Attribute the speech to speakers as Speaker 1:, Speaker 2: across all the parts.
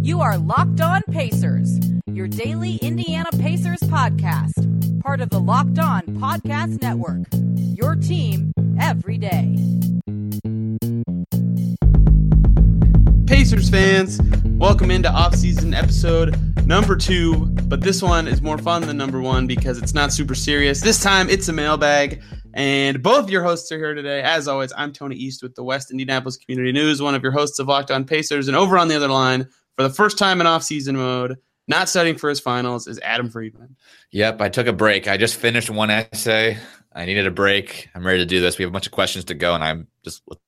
Speaker 1: You are Locked On Pacers, your daily Indiana Pacers podcast, part of the Locked On Podcast Network. Your team every day.
Speaker 2: Pacers fans, welcome into off-season episode number two. But this one is more fun than number one because it's not super serious. This time it's a mailbag, and both of your hosts are here today. As always, I'm Tony East with the West Indianapolis Community News, one of your hosts of Locked On Pacers, and over on the other line, for the first time in off-season mode, not studying for his finals, is Adam Friedman.
Speaker 3: Yep, I took a break. I just finished one essay. I needed a break. I'm ready to do this. We have a bunch of questions to go, and I'm just let's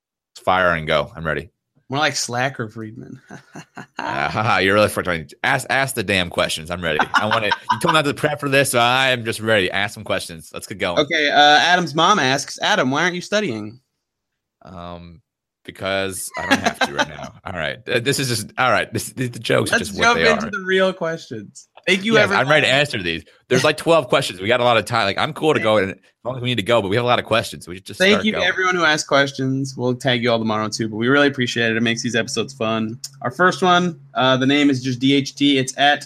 Speaker 3: fire and go. I'm ready.
Speaker 2: More like Slacker Friedman.
Speaker 3: Ah, haha, you're really frustrating. Ask ask the damn questions. I'm ready. I want to. You told me not to prep for this, so I am just ready. Ask some questions. Let's get going.
Speaker 2: okay, uh, Adam's mom asks, Adam, why aren't you studying?
Speaker 3: Um, because I don't have to right now. All right, Th- this is just all right. This, these- the jokes
Speaker 2: Let's
Speaker 3: are just what
Speaker 2: jump
Speaker 3: they
Speaker 2: into
Speaker 3: are.
Speaker 2: the real questions. Thank you,
Speaker 3: Yes,
Speaker 2: everyone.
Speaker 3: I'm ready to answer these. There's like 12 questions. We got a lot of time. Like I'm cool to go, and as long as we need to go, but we have a lot of questions. We should just
Speaker 2: Thank
Speaker 3: start
Speaker 2: you to
Speaker 3: going.
Speaker 2: everyone who asked questions. We'll tag you all tomorrow too, but we really appreciate it. It makes these episodes fun. Our first one, uh, the name is just DHT. It's at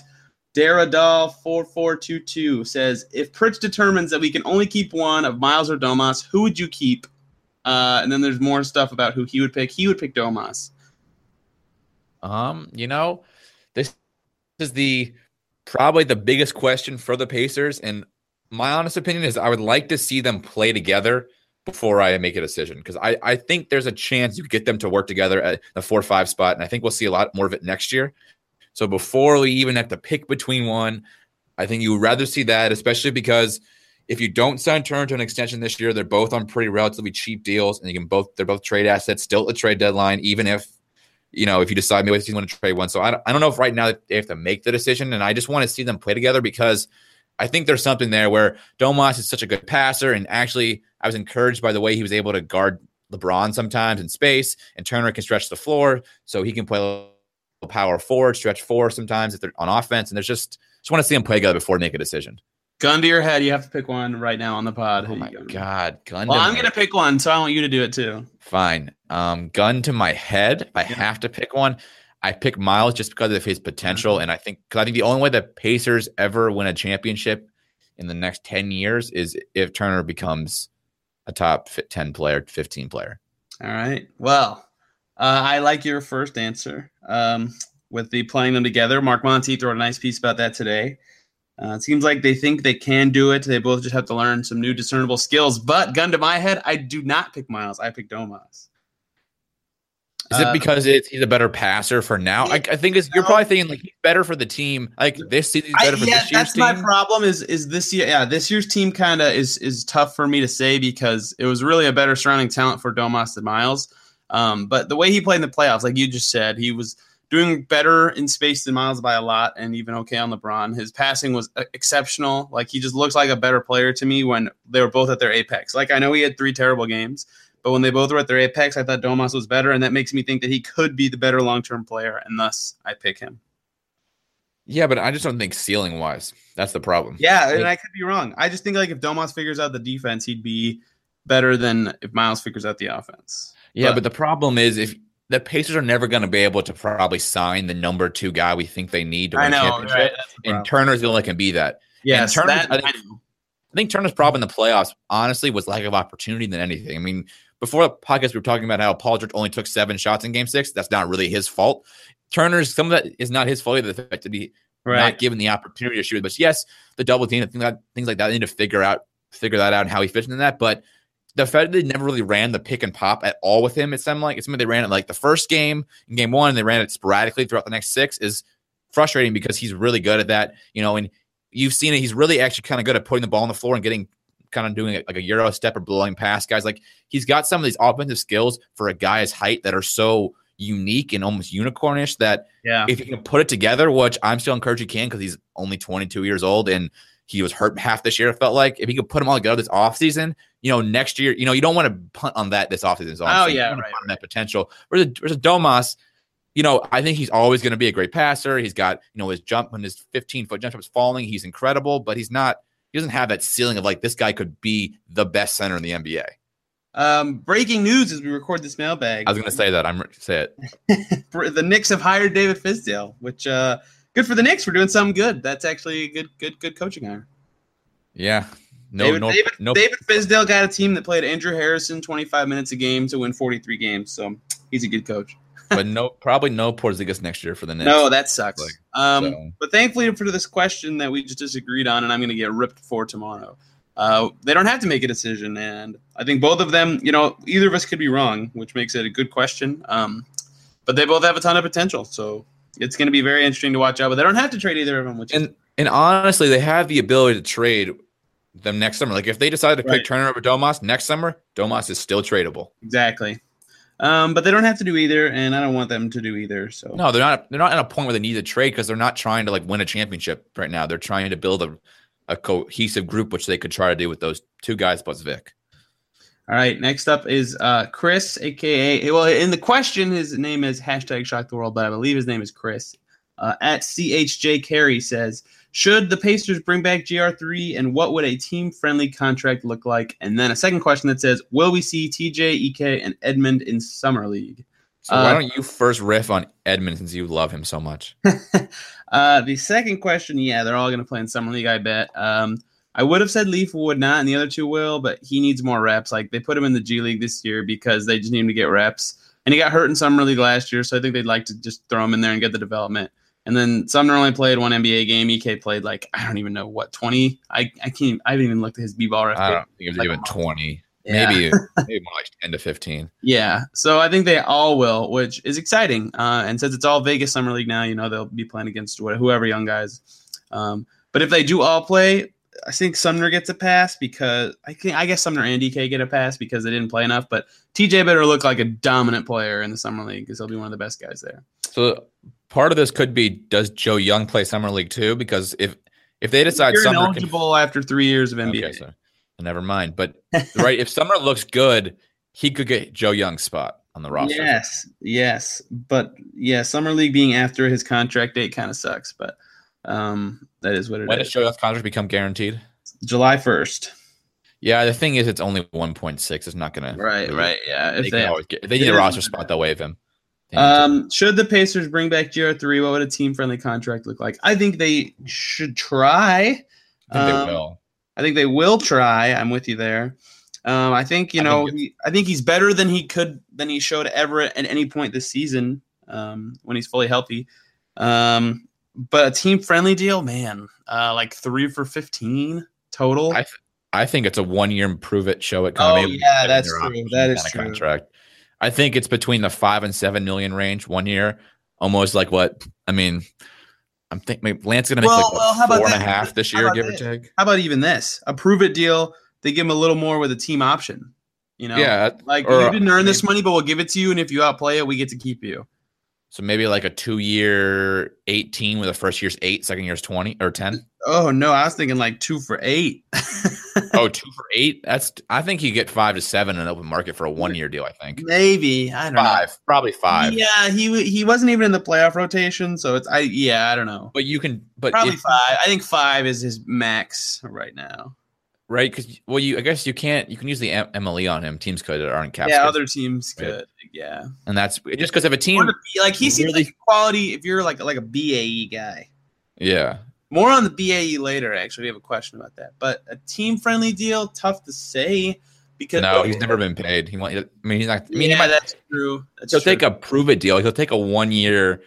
Speaker 2: Daradal4422 says, If Pritch determines that we can only keep one of Miles or Domas, who would you keep? Uh, and then there's more stuff about who he would pick. He would pick Domas.
Speaker 3: Um, you know, this is the probably the biggest question for the Pacers, and my honest opinion is I would like to see them play together before I make a decision because I I think there's a chance you could get them to work together at the four five spot, and I think we'll see a lot more of it next year. So before we even have to pick between one, I think you would rather see that, especially because if you don't sign Turner to an extension this year, they're both on pretty relatively cheap deals, and you can both they're both trade assets still at the trade deadline, even if you know, if you decide maybe you want to trade one. So I don't, I don't know if right now they have to make the decision. And I just want to see them play together because I think there's something there where Domas is such a good passer. And actually, I was encouraged by the way he was able to guard LeBron sometimes in space. And Turner can stretch the floor. So he can play a little power forward, stretch four sometimes if they're on offense. And there's just, just want to see them play together before they make a decision.
Speaker 2: Gun to your head. You have to pick one right now on the pod. Who
Speaker 3: Oh
Speaker 2: you
Speaker 3: my
Speaker 2: going?
Speaker 3: God. Gun
Speaker 2: Well,
Speaker 3: to
Speaker 2: I'm
Speaker 3: my-
Speaker 2: going to pick one, so I want you to do it too.
Speaker 3: Fine. Um, gun to my head. If I have to pick one. I pick Miles just because of his
Speaker 2: Mm-hmm.
Speaker 3: potential, and I think because I think the only way the Pacers ever win a championship in the next ten years is if Turner becomes a top fi- ten player, fifteen player.
Speaker 2: All right. Well, uh, I like your first answer um, with the playing them together. Mark Monteith wrote a nice piece about that today. Uh, it seems like they think they can do it. They both just have to learn some new discernible skills. But gun to my head, I do not pick Miles. I pick Domas.
Speaker 3: Is
Speaker 2: Uh,
Speaker 3: it because it's, he's a better passer for now? I, I think it's, you're
Speaker 2: No.
Speaker 3: probably thinking like he's better for the team. Like this season, he's
Speaker 2: I-
Speaker 3: better for
Speaker 2: yeah,
Speaker 3: this year's
Speaker 2: that's
Speaker 3: team.
Speaker 2: my problem. Is is this year? Yeah, this year's team kind of is is tough for me to say because it was really a better surrounding talent for Domas than Miles. Um, but the way he played in the playoffs, like you just said, he was doing better in space than Miles by a lot, and even okay on LeBron. His passing was uh, exceptional. Like he just looks like a better player to me when they were both at their apex. Like I know he had three terrible games, but when they both were at their apex, I thought Domas was better, and that makes me think that he could be the better long term player, and thus I pick him.
Speaker 3: Yeah, but I just don't think ceiling wise. That's the problem.
Speaker 2: Yeah, and
Speaker 3: Like-
Speaker 2: I could be wrong. I just think like if Domas figures out the defense, he'd be better than if Miles figures out the offense.
Speaker 3: Yeah,
Speaker 2: But-
Speaker 3: but, the problem is if the Pacers are never going to be able to probably sign the number two guy we think they need to win
Speaker 2: I
Speaker 3: a
Speaker 2: know.
Speaker 3: championship.
Speaker 2: Right? That's the
Speaker 3: And
Speaker 2: problem.
Speaker 3: Turner's the only one that can be that.
Speaker 2: Yes,
Speaker 3: Turner-
Speaker 2: that,
Speaker 3: I think-
Speaker 2: I know.
Speaker 3: I think Turner's problem in the playoffs, honestly, was lack of opportunity than anything. I mean, before the podcast, we were talking about how Paul George only took seven shots in Game Six. That's not really his fault. Turner's some of that is not his fault either. The fact that he
Speaker 2: Right.
Speaker 3: not given the opportunity to shoot. But yes, the double team, and things like, things like that, they need to figure out figure that out and how he fits into that. But the fact that they never really ran the pick and pop at all with him, it's something like it's something they ran it like the first game in game one, and they ran it sporadically throughout the next six is frustrating because he's really good at that, you know, and you've seen it. He's really actually kind of good at putting the ball on the floor and getting kind of doing like a Euro step or blowing past guys. Like he's got some of these offensive skills for a guy's height that are so unique and almost unicornish that
Speaker 2: Yeah.
Speaker 3: if you can put it together, which I'm still encouraged he can because he's only 22 years old and he was hurt half this year. It felt like if he could put them all together this offseason, you know, next year, you know, you don't want to punt on that this offseason. is all I'm
Speaker 2: Oh,
Speaker 3: saying. You
Speaker 2: yeah,
Speaker 3: wanna
Speaker 2: right,
Speaker 3: punt on that potential. Whereas, whereas Domas, you know, I think he's always going to be a great passer. He's got, you know, his jump when his 15 foot jump shot was falling, he's incredible, but he's not. He doesn't have that ceiling of like this guy could be the best center in the NBA.
Speaker 2: Um, breaking news as we record this mailbag.
Speaker 3: I was going to say that. I'm say it.
Speaker 2: the Knicks have hired David Fisdale, which uh, good for the Knicks. We're doing something good. That's actually a good, good, good coaching hire.
Speaker 3: Yeah. No,
Speaker 2: David,
Speaker 3: no,
Speaker 2: David,
Speaker 3: no.
Speaker 2: David Fisdale got a team that played Andrew Harrison 25 minutes a game to win 43 games. So he's a good coach.
Speaker 3: but no, probably no Porzingis next year for the Knicks.
Speaker 2: No, that sucks.
Speaker 3: Like,
Speaker 2: um,
Speaker 3: so.
Speaker 2: But thankfully for this question that we just disagreed on, and I'm going to get ripped for tomorrow. Uh, they don't have to make a decision, and I think both of them, you know, either of us could be wrong, which makes it a good question. Um, but they both have a ton of potential, so it's going to be very interesting to watch out. But they don't have to trade either of them, which is
Speaker 3: And and honestly, they have the ability to trade them next summer. Like if they decide to pick
Speaker 2: Right.
Speaker 3: Turner over Domas next summer, Domas is still tradable.
Speaker 2: exactly. Um, but they don't have to do either, and I don't want them to do either. So
Speaker 3: No, they're not. They're not at a point where they need to trade because they're not trying to like win a championship right now. They're trying to build a, a cohesive group, which they could try to do with those two guys plus Vic.
Speaker 2: All right. Next up is uh, Chris, aka well, in the question, his name is hashtag Shock the World, but I believe his name is Chris. Uh, at CHJ Carey says, should the Pacers bring back GR three, and what would a team friendly contract look like? And then a second question that says, will we see TJ, EK, and Edmund in summer league?
Speaker 3: So why
Speaker 2: Uh,
Speaker 3: don't you first riff on Edmund since you love him so much?
Speaker 2: Uh, the second question, yeah, they're all going to play in summer league, I bet. Um, I would have said Leaf would not, and the other two will, but he needs more reps. Like they put him in the G League this year because they just need him to get reps, and he got hurt in summer league last year, so I think they'd like to just throw him in there and get the development. And then Sumner only played one NBA game. Ek played like I don't even know what twenty. I I can't. I haven't even looked at his B ball ref.
Speaker 3: I don't think it was
Speaker 2: Like
Speaker 3: even
Speaker 2: a-
Speaker 3: twenty.
Speaker 2: Yeah.
Speaker 3: Maybe maybe more like ten to fifteen.
Speaker 2: Yeah, so I think they all will, which is exciting. Uh, and since it's all Vegas Summer League now, you know they'll be playing against wh- whoever young guys. Um, but if they do all play, I think Sumner gets a pass because I think I guess Sumner and DK get a pass because they didn't play enough. But TJ better look like a dominant player in the Summer League because he'll be one of the best guys there.
Speaker 3: So part of this could be does Joe Young play summer league too? Because if if they decide
Speaker 2: You're
Speaker 3: summer can
Speaker 2: ineligible after three years of NBA.
Speaker 3: Okay, so never mind. But right, if Summer looks good, he could get Joe Young's spot on the roster.
Speaker 2: Yes, yes, but yeah, Summer League being after his contract date kind of sucks, but um, that is what it is.
Speaker 3: When does Joe Young's contract become guaranteed?
Speaker 2: July first.
Speaker 3: Yeah, the thing is, it's only one point six. It's not gonna.
Speaker 2: Right, right, yeah.
Speaker 3: They,
Speaker 2: If
Speaker 3: can
Speaker 2: they,
Speaker 3: always get. If they
Speaker 2: it
Speaker 3: need a
Speaker 2: is-
Speaker 3: roster spot. They'll waive him. They need to.
Speaker 2: um, should the Pacers bring back GR three, what would a team friendly contract look like? I think they should try.
Speaker 3: I think
Speaker 2: um,
Speaker 3: they will.
Speaker 2: I think they will try. I'm with you there. Um, I think you
Speaker 3: I
Speaker 2: know.
Speaker 3: think
Speaker 2: he, I think he's better than he could than he showed ever at any point this season um, when he's fully healthy. Um, but a team friendly deal, man, uh, like three for fifteen total.
Speaker 3: I I think it's a one year prove it, show it. kind of-
Speaker 2: Oh,
Speaker 3: maybe
Speaker 2: yeah,
Speaker 3: seven
Speaker 2: that's
Speaker 3: year
Speaker 2: true.
Speaker 3: option
Speaker 2: That is
Speaker 3: kinda
Speaker 2: true.
Speaker 3: Contract. I think it's between the five and seven million range one year, almost like what I mean. I'm thinking Lance's gonna make
Speaker 2: Well,
Speaker 3: like what,
Speaker 2: well, how about
Speaker 3: four and a
Speaker 2: this?
Speaker 3: half this
Speaker 2: How
Speaker 3: year,
Speaker 2: about
Speaker 3: give or
Speaker 2: this?
Speaker 3: take.
Speaker 2: How about even this? A prove it deal. They give him a little more with a team option. You know.
Speaker 3: Yeah,
Speaker 2: Like
Speaker 3: Or-
Speaker 2: you didn't earn this money, but we'll give it to you, and if you outplay it, we get to keep you.
Speaker 3: So maybe like a two year 18 with the first year's eight, second year's 20 or 10.
Speaker 2: Oh no, I was thinking like two for eight.
Speaker 3: oh, two for eight. That's, I think you get five to seven in an open market for a one year deal, I think.
Speaker 2: Maybe I don't
Speaker 3: Five, probably
Speaker 2: know.
Speaker 3: five.
Speaker 2: Yeah, he w- he wasn't even in the playoff rotation, so it's I yeah I don't know.
Speaker 3: But you can, but
Speaker 2: Probably
Speaker 3: if-
Speaker 2: five. I think five is his max right now.
Speaker 3: right? Because, well, you, I guess you can't, you can use the M- MLE on him. Teams could that aren't capped.
Speaker 2: yeah, other teams
Speaker 3: Right.
Speaker 2: could. Yeah,
Speaker 3: and that's just because of a team.
Speaker 2: Or the B- like he seems
Speaker 3: Really-
Speaker 2: like a quality. If you're like like a BAE guy,
Speaker 3: Yeah.
Speaker 2: More on the BAE later. Actually, we have a question about that. But a team friendly deal, tough to say because
Speaker 3: No, he's never been paid. He want, I mean, he's not, I mean,
Speaker 2: yeah,
Speaker 3: he might,
Speaker 2: that's true. That's
Speaker 3: he'll
Speaker 2: true.
Speaker 3: take a prove it deal. He'll take a one year,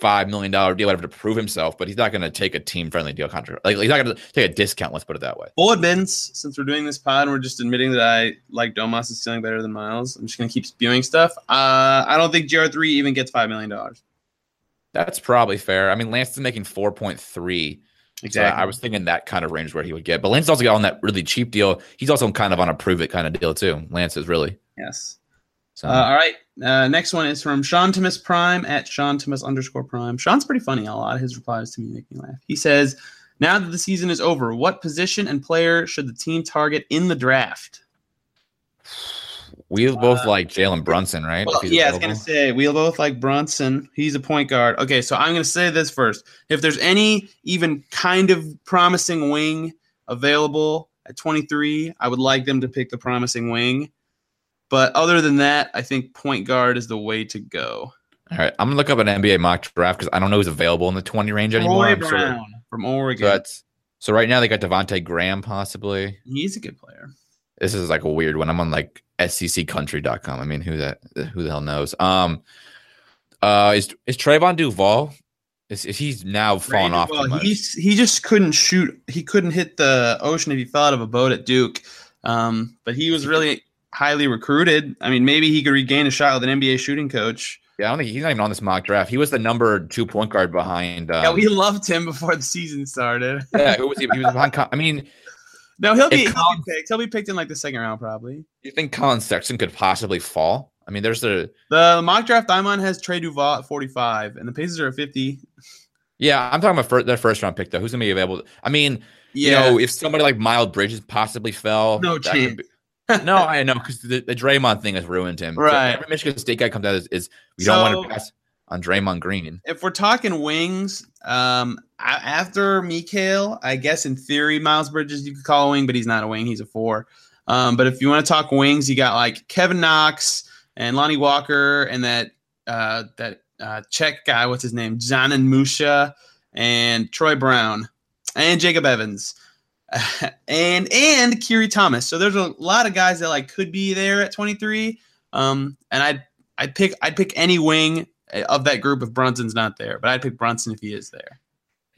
Speaker 3: $5 million deal, whatever, to prove himself, but he's not going to take a team friendly deal contract. Like, he's not going to take a discount. Let's put it that way.
Speaker 2: full admittance since we're doing this pod and we're just admitting that I like Domas is stealing better than Miles. I'm just gonna keep spewing stuff. Uh, I don't think GR3 even gets five million dollars.
Speaker 3: That's probably fair. I mean, Lance is making 4.3. So I was thinking that kind of range where he would get. But Lance also got on that really cheap deal. He's also kind of on a prove it kind of deal too. Lance is really.
Speaker 2: yes.
Speaker 3: So
Speaker 2: Uh, all right. Uh, next one is from Sean Thomas Prime at Sean Thomas underscore Prime. Sean's pretty funny. A lot of his replies to me make me laugh. He says, "Now that the season is over, what position and player should the team target in the draft?"
Speaker 3: we both like Jalen Brunson, right?
Speaker 2: uh, Well,
Speaker 3: If he's
Speaker 2: yeah, I was gonna
Speaker 3: available.
Speaker 2: say we both like Brunson. He's a point guard. Okay, so I'm gonna say this first. If there's any even kind of promising wing available at 23, I would like them to pick the promising wing. But other than that, I think point guard is the way to go.
Speaker 3: All right, I'm gonna look up an NBA mock draft because I don't know who's available in the 20 range anymore.
Speaker 2: Roy
Speaker 3: I'm sure-
Speaker 2: Brown from
Speaker 3: So
Speaker 2: Oregon.
Speaker 3: that's so right now they got Devonte Graham possibly.
Speaker 2: He's a good player.
Speaker 3: This is like a weird one. I'm on like sccountry.com. I mean, who that who the hell knows? Um, uh, is is Trayvon Duval? Is, is he's now fallen off? too
Speaker 2: Well,
Speaker 3: much.
Speaker 2: he's, he just couldn't shoot. He couldn't hit the ocean if he fell out of a boat at Duke. Um, but he was really highly recruited. I mean, maybe he could regain a shot with an NBA shooting coach.
Speaker 3: Yeah, I don't think he's not even on this mock draft. He was the number two point guard behind. Um,
Speaker 2: yeah, we loved him before the season started.
Speaker 3: yeah, who was he? He was behind. Con- I mean,
Speaker 2: No, he'll be,
Speaker 3: If
Speaker 2: he'll be picked. He'll be picked in like the second round probably.
Speaker 3: you think Colin Sexton could possibly fall? I mean, there's a
Speaker 2: The mock draft I'm on has Trey Duval at 45, and the Pacers are at 50.
Speaker 3: yeah. I'm talking about fir- their first round pick though. Who's gonna be available? I mean,
Speaker 2: Yeah,
Speaker 3: you know, if somebody like Miles Bridges possibly fell,
Speaker 2: No
Speaker 3: that could be- no, I know because the, the Draymond thing has ruined him. So
Speaker 2: Right.
Speaker 3: every Michigan State guy comes out is, is we don't want
Speaker 2: So-
Speaker 3: to pass on Draymond Green.
Speaker 2: if we're talking wings, um, I, after Mikhail, I guess in theory Miles Bridges you could call a wing, but he's not a wing; he's a four. Um, but if you want to talk wings, you got like Kevin Knox and Lonnie Walker, and that uh, that uh, Czech guy, what's his name, John and Musha, and Troy Brown, and Jacob Evans, and and Kiri Thomas. So there's a lot of guys that like could be there at 23. Um, and I'd I'd pick I'd pick any wing eh, of that group if Brunson's not there, but I'd pick Brunson if he is there.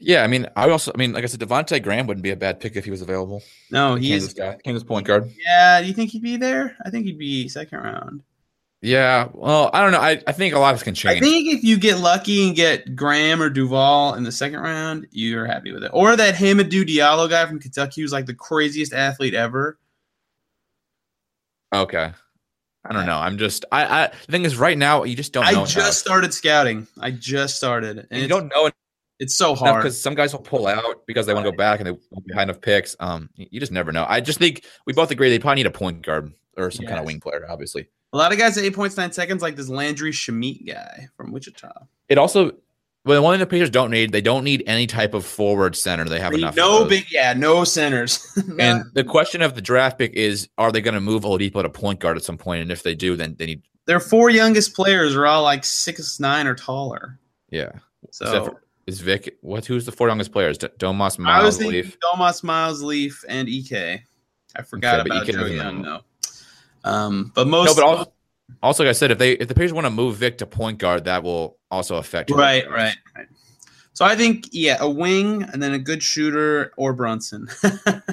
Speaker 3: Yeah, I mean, I also, I mean, like I said, Devonte Graham wouldn't be a bad pick if he was available.
Speaker 2: No, he
Speaker 3: Kansas
Speaker 2: is.
Speaker 3: guy, Kansas point guard.
Speaker 2: Yeah, do you think he'd be there? I think he'd be second round.
Speaker 3: Yeah, well, I don't know. I, I think a lot of this can change.
Speaker 2: I think if you get lucky and get Graham or Duval in the second round, you're happy with it. Or that Hamadou Diallo guy from Kentucky who's like the craziest athlete ever.
Speaker 3: okay, I don't know. I'm just I, I the thing is right now you just don't.
Speaker 2: I
Speaker 3: know
Speaker 2: just
Speaker 3: enough.
Speaker 2: started scouting. I just started, and
Speaker 3: And Oh, you
Speaker 2: it's,
Speaker 3: don't know
Speaker 2: it's so
Speaker 3: enough
Speaker 2: hard.
Speaker 3: because some guys will pull out because they want to go back and they won't be high enough picks. Um, y- you just never know. I just think we both agree they probably need a point guard or some kind
Speaker 2: Yes.
Speaker 3: of wing player. Obviously,
Speaker 2: A lot of guys at eight points nine seconds, like this Landry Shamit guy from Wichita.
Speaker 3: it also. Well, the one thing the Pacers don't need, they don't need any type of forward center. They have
Speaker 2: They-
Speaker 3: enough. of
Speaker 2: no
Speaker 3: those.
Speaker 2: big, yeah, no centers.
Speaker 3: And the question of the draft pick is: Are they going to move Oladipo to point guard at some point? And if they do, then they need.
Speaker 2: their four youngest players are all like six nine or taller.
Speaker 3: Yeah,
Speaker 2: So
Speaker 3: Except for- is Vic? What? Who's the four youngest players? D- Domas,
Speaker 2: I was
Speaker 3: Miles,
Speaker 2: thinking
Speaker 3: Leaf.
Speaker 2: Domas, Miles, Leaf, and Ek. I forgot
Speaker 3: Okay, but
Speaker 2: about
Speaker 3: Ike
Speaker 2: Joe
Speaker 3: E doesn't
Speaker 2: Young
Speaker 3: know.
Speaker 2: though. Um, but most
Speaker 3: No, but also, also, like I said, if they if the Pacers want to move Vic to point guard, that will also affect. who they
Speaker 2: right,
Speaker 3: draft.
Speaker 2: right, right. So I think yeah, a wing and then a good shooter or Brunson.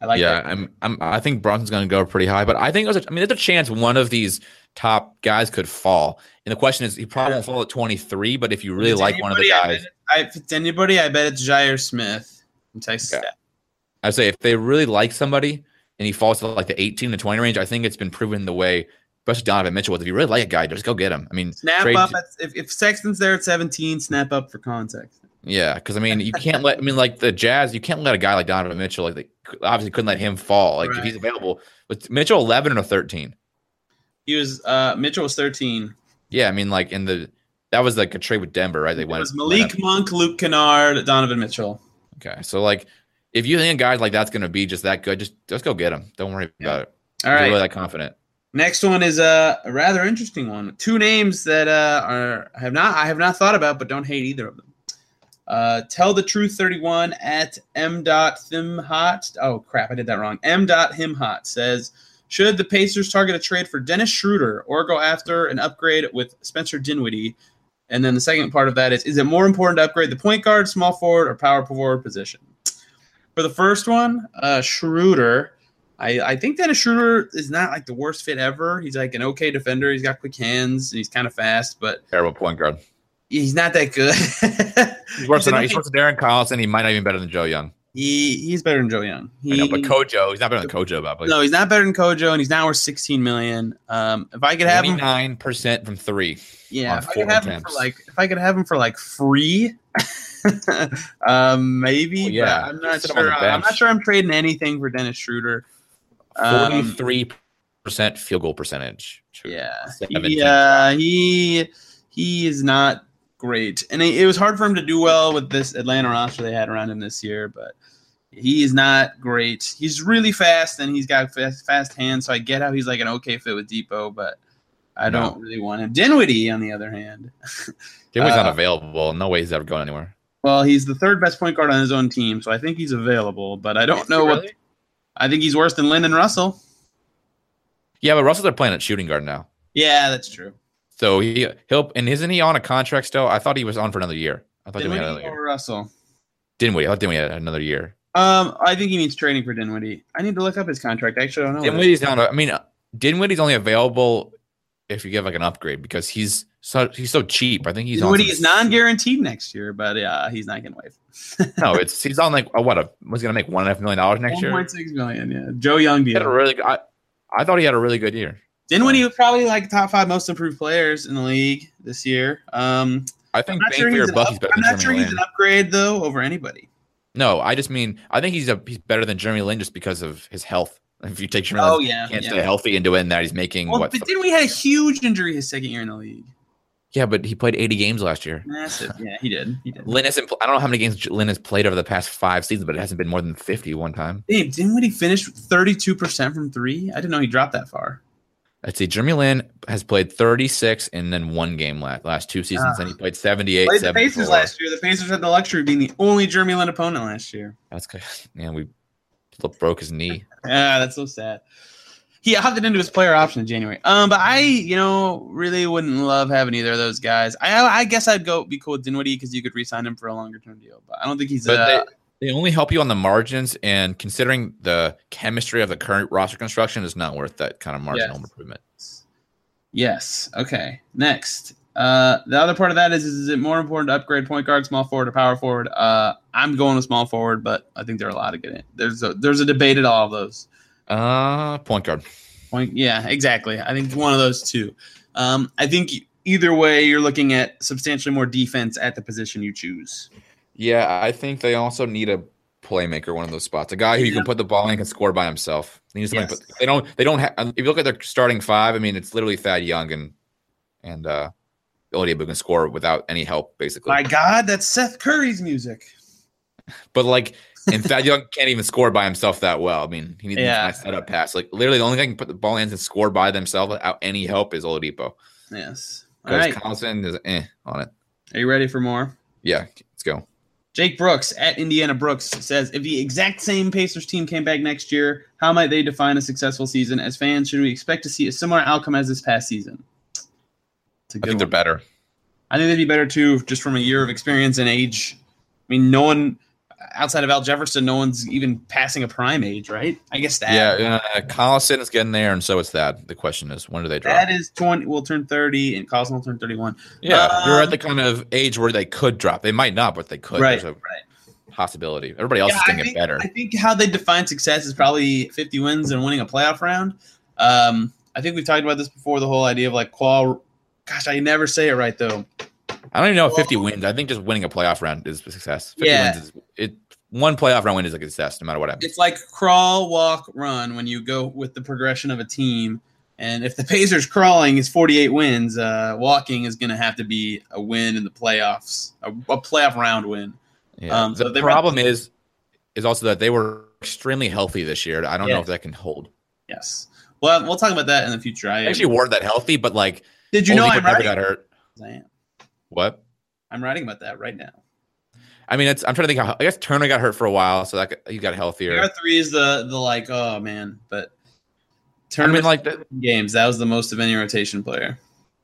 Speaker 2: I like
Speaker 3: yeah,
Speaker 2: that.
Speaker 3: I'm, I'm. I think Brunson's going to go pretty high, but I think there's. A, I mean, there's a chance one of these top guys could fall, and the question is, he probably won't fall at 23. But if you really
Speaker 2: If it's
Speaker 3: like one of
Speaker 2: anybody,
Speaker 3: the
Speaker 2: I
Speaker 3: guys,
Speaker 2: bet it- I, if it's anybody, I bet it's Jair Smith from Texas
Speaker 3: Yeah.
Speaker 2: Tech.
Speaker 3: I'd say if they really like somebody and he falls to like the 18 to 20 range, I think it's been proven the way, especially Donovan Mitchell was. If you really like a guy, just go get him. I mean,
Speaker 2: Snap
Speaker 3: Trade-
Speaker 2: up at, if, if Sexton's there at 17, snap up for context.
Speaker 3: Yeah, because I mean, you can't let. I mean, like the Jazz, you can't let a guy like Donovan Mitchell. Like, they obviously couldn't let him fall. Like, if
Speaker 2: Right.
Speaker 3: he's available, but Mitchell eleven or thirteen.
Speaker 2: He was uh Mitchell was 13.
Speaker 3: Yeah, I mean, like in the that was like a trade with Denver, right? They
Speaker 2: it
Speaker 3: went
Speaker 2: was
Speaker 3: went
Speaker 2: Malik Monk, Luke Kennard, Donovan Mitchell.
Speaker 3: up- Okay, so like, if you think a guy like that's going to be just that good, just just go get him. Don't worry
Speaker 2: Yeah.
Speaker 3: about it.
Speaker 2: All
Speaker 3: If
Speaker 2: right.
Speaker 3: you're really that confident.
Speaker 2: Next one is uh, a rather interesting one. Two names that uh, are have not I have not thought about, but don't hate either of them. Uh, tell the truth 31 at m dot hot. Oh crap, I did that wrong. M dot hot says, should the Pacers target a trade for Dennis Schroeder or go after an upgrade with Spencer Dinwiddie? And then the second part of that is, is it more important to upgrade the point guard, small forward, or power forward position? For the first one, uh, Schroeder. I, I think Dennis Schroeder is not like the worst fit ever. He's like an okay defender. He's got quick hands and he's kind of fast, but
Speaker 3: Terrible point guard. he's
Speaker 2: he's not that good.
Speaker 3: He's worse than
Speaker 2: an
Speaker 3: he's
Speaker 2: okay-
Speaker 3: worse than Darren Collison. He might not even better than Joe Young.
Speaker 2: he he's better than Joe Young.
Speaker 3: I know,
Speaker 2: He-
Speaker 3: but Kojo, he's not better than Kojo. But
Speaker 2: no, he's not better than Kojo, and he's not worth sixteen million. Um, if I could have
Speaker 3: twenty
Speaker 2: him,
Speaker 3: nine percent from three.
Speaker 2: yeah,
Speaker 3: on
Speaker 2: if I
Speaker 3: four
Speaker 2: could have him for
Speaker 3: attempts.
Speaker 2: like, if I could have him for like free, um, maybe.
Speaker 3: Well, yeah,
Speaker 2: yeah, I'm not
Speaker 3: sit him on
Speaker 2: sure.
Speaker 3: the
Speaker 2: I'm not
Speaker 3: bench.
Speaker 2: sure I'm trading anything for Dennis Schroeder. Um,
Speaker 3: Forty-three percent field goal percentage.
Speaker 2: Yeah,
Speaker 3: Seventeen.
Speaker 2: he, uh, he he is not great, and it, it was hard for him to do well with this Atlanta roster they had around him this year. But He is not great. He's really fast and he's got fast, fast hands. So I get how he's like an okay fit with Depot, but I
Speaker 3: No.
Speaker 2: don't really want him. Dinwiddie, on the other hand,
Speaker 3: Dinwiddie's
Speaker 2: Uh,
Speaker 3: not available. No way he's ever going anywhere.
Speaker 2: well, he's the third best point guard on his own team, so I think he's available. But I don't know what. I think he's worse than Lyndon Russell.
Speaker 3: Yeah, but Russell's are playing at shooting guard now.
Speaker 2: Yeah, that's true.
Speaker 3: So he he'll and isn't he on a contract still? I thought he was on for another year. I thought Dinwiddie had another
Speaker 2: Dinwiddie
Speaker 3: year.
Speaker 2: or Russell?
Speaker 3: Dinwiddie. I thought Dinwiddie had another year.
Speaker 2: Um, I think he means trading for Dinwiddie. I need to look up his contract. Actually, I don't know. what it is.
Speaker 3: Dinwiddie's not. I mean, uh, Dinwiddie's only available if you give like an upgrade because he's so he's so cheap. I think he's
Speaker 2: Dinwiddie
Speaker 3: on
Speaker 2: is
Speaker 3: some-
Speaker 2: non-guaranteed next year, but yeah, he's not getting waived.
Speaker 3: No, it's he's on like a, what a was gonna make one and a half million dollars next
Speaker 2: One
Speaker 3: year.
Speaker 2: point six million. Yeah, Joe Young
Speaker 3: He had a
Speaker 2: deal.
Speaker 3: really. good- I, I thought he had a really good year.
Speaker 2: Dinwiddie was probably like top five most improved players in the league this year. Um,
Speaker 3: I
Speaker 2: I'm
Speaker 3: think
Speaker 2: not sure
Speaker 3: Bankly
Speaker 2: he's
Speaker 3: or
Speaker 2: an, up-
Speaker 3: Buffy's better
Speaker 2: I'm
Speaker 3: than
Speaker 2: not sure
Speaker 3: Jeremy
Speaker 2: he's
Speaker 3: Lin.
Speaker 2: an upgrade though over anybody.
Speaker 3: No, I just mean I think he's a he's better than Jeremy Lin just because of his health. If you take Jeremy
Speaker 2: Oh
Speaker 3: Lin,
Speaker 2: yeah,
Speaker 3: can't
Speaker 2: yeah.
Speaker 3: stay healthy and doing that, he's making
Speaker 2: Well,
Speaker 3: what?
Speaker 2: but
Speaker 3: th-
Speaker 2: Dinwiddie had a huge injury his second year in the league.
Speaker 3: yeah, but he played 80 games last year.
Speaker 2: Massive. Yeah, he did. He did.
Speaker 3: Lin hasn't. pl- I don't know how many games J- Lin has played over the past five seasons, but it hasn't been more than 50 one time.
Speaker 2: Damn, Dinwiddie finished thirty-two percent from three. I didn't know he dropped that far.
Speaker 3: Let's see. Jeremy Lin has played 36 and then one game last, last two seasons, and he played
Speaker 2: Ah.
Speaker 3: 78.
Speaker 2: Played the Pacers
Speaker 3: 74.
Speaker 2: last year. The Pacers had the luxury of being the only Jeremy Lin opponent last year.
Speaker 3: That's good. Man, we broke his knee.
Speaker 2: Yeah, Ah, that's so sad. He opted into his player option in January. Um, but I, you know, really wouldn't love having either of those guys. I, I guess I'd go be cool with Dinwiddie because you could re-sign him for a longer term deal. But I don't think he's.
Speaker 3: But
Speaker 2: uh,
Speaker 3: they, they only help you on the margins, and considering the chemistry of the current roster construction, it's not worth that kind of marginal
Speaker 2: Yes.
Speaker 3: improvement.
Speaker 2: yes. Okay. Next. Uh, the other part of that is, is it more important to upgrade point guard, small forward, or power forward? Uh, I'm going with small forward, but I think there are a lot of good. There's a there's a debate at all of those.
Speaker 3: Uh, point guard.
Speaker 2: Point. Yeah, exactly. I think one of those two. Um, I think either way, you're looking at substantially more defense at the position you choose.
Speaker 3: Yeah, I think they also need a playmaker, one of those spots, a guy who you can put the ball in and can score by himself. They, need somebody
Speaker 2: Yes.
Speaker 3: put- they don't. They don't have. If you look at their starting five, I mean, it's literally Thad Young and and uh, Oladipo can score without any help, basically.
Speaker 2: My God, that's Seth Curry's music.
Speaker 3: But like, and Thad Young can't even score by himself that well. I mean, he needs
Speaker 2: Yeah.
Speaker 3: a nice setup pass. Like, literally, the only guy who can put the ball in and score by themselves without any help is Oladipo.
Speaker 2: Yes. All
Speaker 3: Because
Speaker 2: right.
Speaker 3: Collison is eh on it.
Speaker 2: Are you ready for more?
Speaker 3: Yeah, let's go.
Speaker 2: Jake Brooks at Indiana Brooks says, if the exact same Pacers team came back next year, how might they define a successful season? As fans, should we expect to see a similar outcome as this past season? It's a
Speaker 3: I
Speaker 2: good
Speaker 3: think they're
Speaker 2: one.
Speaker 3: better.
Speaker 2: I think they'd be better too, just from a year of experience and age. I mean, no one outside of Al Jefferson, no one's even passing a prime age, right? I guess that.
Speaker 3: Yeah, uh, Collison is getting there, and so is Thad. The question is, when do they drop?
Speaker 2: That is 20, will turn 30, and Cosmo will turn 31.
Speaker 3: Yeah, you're
Speaker 2: Um,
Speaker 3: at the kind of age where they could drop. They might not, but they could.
Speaker 2: Right,
Speaker 3: There's a possibility. Everybody else is
Speaker 2: Yeah,
Speaker 3: going to
Speaker 2: I
Speaker 3: get
Speaker 2: think,
Speaker 3: better.
Speaker 2: I think how they define success is probably 50 wins and winning a playoff round. Um, I think we've talked about this before. The whole idea of like qual. Gosh, I never say it right though.
Speaker 3: I don't even know if 50 wins. I think just winning a playoff round is a success. 50
Speaker 2: Yeah.
Speaker 3: wins is it. One playoff round win is a success, no matter what happens.
Speaker 2: It's like crawl, walk, run when you go with the progression of a team. And if the Pacers crawling is 48 wins, uh, walking is going to have to be a win in the playoffs, a, a playoff round win.
Speaker 3: Yeah.
Speaker 2: um, so
Speaker 3: the
Speaker 2: they-
Speaker 3: problem is, is also that they were extremely healthy this year. I don't
Speaker 2: Yeah.
Speaker 3: know if that can hold.
Speaker 2: Yes. Well, we'll talk about that in the future. I
Speaker 3: They actually, Ward that healthy, but like,
Speaker 2: did you know
Speaker 3: Oladipo
Speaker 2: I'm
Speaker 3: never
Speaker 2: writing?
Speaker 3: got hurt.
Speaker 2: I am.
Speaker 3: What?
Speaker 2: I'm writing about that right now.
Speaker 3: I mean, it's. I'm trying to think. How, I guess Turner got hurt for a while, so that got- he got healthier.
Speaker 2: Air three is the the like oh man, but
Speaker 3: I mean,
Speaker 2: tournament
Speaker 3: like the,
Speaker 2: games that was the most of any rotation player.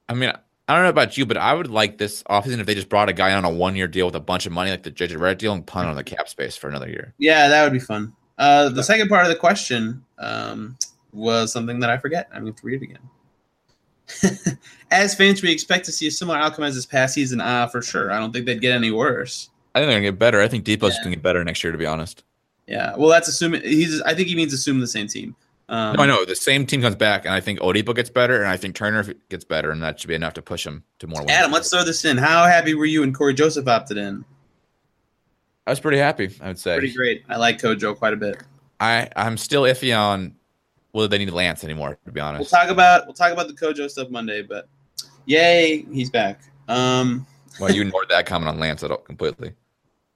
Speaker 3: I mean, I don't know about you, but I would like this offseason if they just brought a guy on a one year deal with a bunch of money, like the JJ Redick deal, and punt on the cap space for another year.
Speaker 2: Yeah, that would be fun. Uh, the second part of the question um, was something that I forget. I'm going to read it again. as fans, we expect to see a similar outcome as this past season. Ah, for sure. I don't think they'd get any worse.
Speaker 3: I think they're gonna get better. I think Depot's gonna get better next year, to be honest.
Speaker 2: Yeah. Well, that's assuming he's. I think he means assume the same team. Um,
Speaker 3: no, I know the same team comes back, and I think Oladipo gets better, and I think Turner gets better, and that should be enough to push him to more wins.
Speaker 2: Adam, let's throw this in. How happy were you when Corey Joseph opted in?
Speaker 3: I was pretty happy. I would say.
Speaker 2: Pretty great. I like Kojo quite a bit.
Speaker 3: I I'm still iffy on whether they need Lance anymore, to be
Speaker 2: We'll
Speaker 3: honest.
Speaker 2: talk about we'll talk about the Kojo stuff Monday, but yay, he's back. Um,
Speaker 3: well, you ignored that comment on Lance at all completely.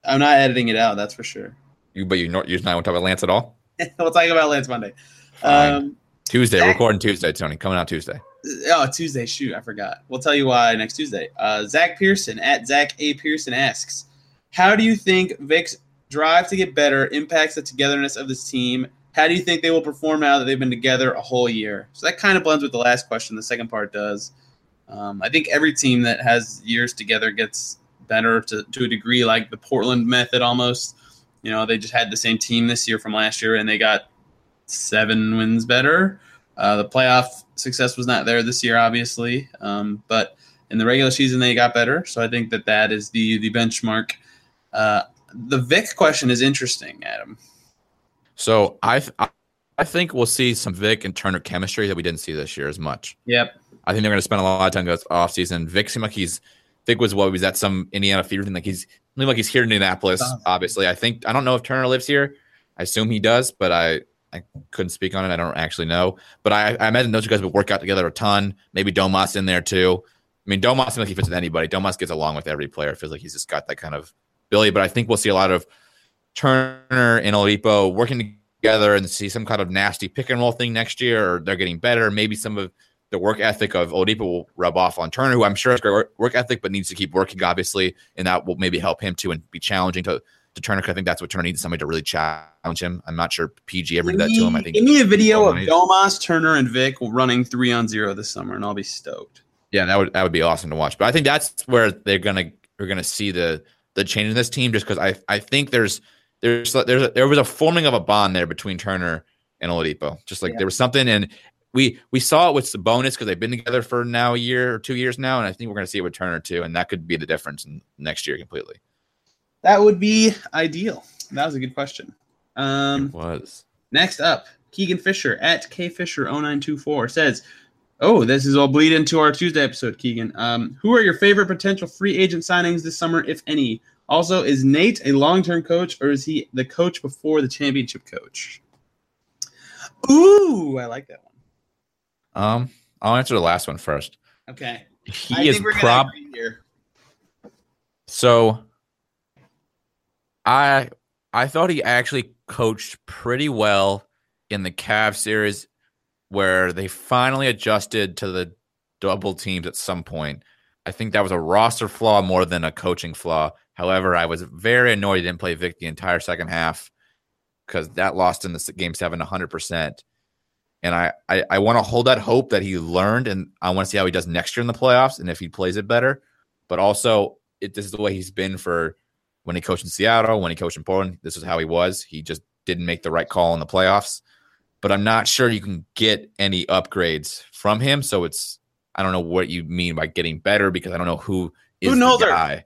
Speaker 2: I'm not editing it out, that's for sure.
Speaker 3: You but you not you not want to talk about Lance at all.
Speaker 2: we'll talk about Lance Monday.
Speaker 3: Fine.
Speaker 2: Um,
Speaker 3: Tuesday,
Speaker 2: Zach-
Speaker 3: recording Tuesday, Tony, coming out Tuesday.
Speaker 2: Oh, Tuesday. Shoot, I forgot. We'll tell you why next Tuesday. Uh, Zach Pearson at Zach A. Pearson asks, "How do you think Vic's drive to get better impacts the togetherness of this team? How do you think they will perform now that they've been together a whole year?" So that kind of blends with the last question. The second part does. Um, I think every team that has years together gets better to, to a degree, like the Portland method almost. You know, they just had the same team this year from last year, and they got seven wins better. Uh, the playoff success was not there this year, obviously, um, but in the regular season they got better. So I think that that is the the benchmark. Uh, the Vic question is interesting, Adam.
Speaker 3: So I th- I- I think we'll see some Vic and Turner chemistry that we didn't see this year as much.
Speaker 2: Yep.
Speaker 3: I think they're going to spend a lot of time this offseason. Vic seemed like he's Vic was what he was at some Indiana Fever thing. Like he's seemed like he's here in Indianapolis.
Speaker 2: Uh-huh.
Speaker 3: Obviously, I think I don't know if Turner lives here. I assume he does, but I I couldn't speak on it. I don't actually know. But I I imagine those two guys would work out together a ton. Maybe Domas in there too. I mean, Domas seems like he fits with anybody. Domas gets along with every player. Feels like he's just got that kind of Billy. But I think we'll see a lot of Turner and Oladipo working together and see some kind of nasty pick and roll thing next year, or they're getting better. Maybe some of the work ethic of Oladipo will rub off on Turner, who I'm sure has great work- work ethic, but needs to keep working, obviously, and that will maybe help him too and be challenging to, to Turner. 'cause I think that's what Turner needs somebody to really challenge him. I'm not sure PG ever did that to him. I think
Speaker 2: Give me a video of
Speaker 3: Domas.
Speaker 2: Domas, Turner, and Vic running three on zero this summer, and I'll be stoked.
Speaker 3: Yeah, that would that would be awesome to watch. But I think that's where they're gonna we're gonna see the the change in this team, just because I I think there's there's there's a, there was a forming of a bond there between Turner and Oladipo. Just like
Speaker 2: Yeah.
Speaker 3: there was something, and we we saw it with Sabonis because they've been together for now a year or two years now, and I think we're gonna see it with Turner too, and that could be the difference in next year completely.
Speaker 2: That would be ideal. That was a good question. Um,
Speaker 3: was
Speaker 2: Next up, Keegan Fisher oh at kfisher0924 says, "Oh, this is all bleed into our Tuesday episode, Keegan. Um, who are your favorite potential free agent signings this summer, if any? Also, is Nate a long-term coach, or is he the coach before the championship coach?" Ooh, I like that one.
Speaker 3: um I'll answer the last one first.
Speaker 2: Okay,
Speaker 3: He
Speaker 2: I
Speaker 3: is
Speaker 2: think we're gonna
Speaker 3: prob
Speaker 2: agree here.
Speaker 3: So I I thought he actually coached pretty well in the Cavs series where they finally adjusted to the double teams at some point. I think that was a roster flaw more than a coaching flaw. However, I was very annoyed he didn't play Vic the entire second half because that lost in the s- game seven 100%. And I, I, I want to hold that hope that he learned, and I want to see how he does next year in the playoffs and if he plays it better. But also, it, this is the way he's been for when he coached in Seattle, when he coached in Portland. This is how he was. He just didn't make the right call in the playoffs. But I'm not sure you can get any upgrades from him. So it's I don't know what you mean by getting better because I don't know who is the
Speaker 2: Budenholzer.
Speaker 3: guy.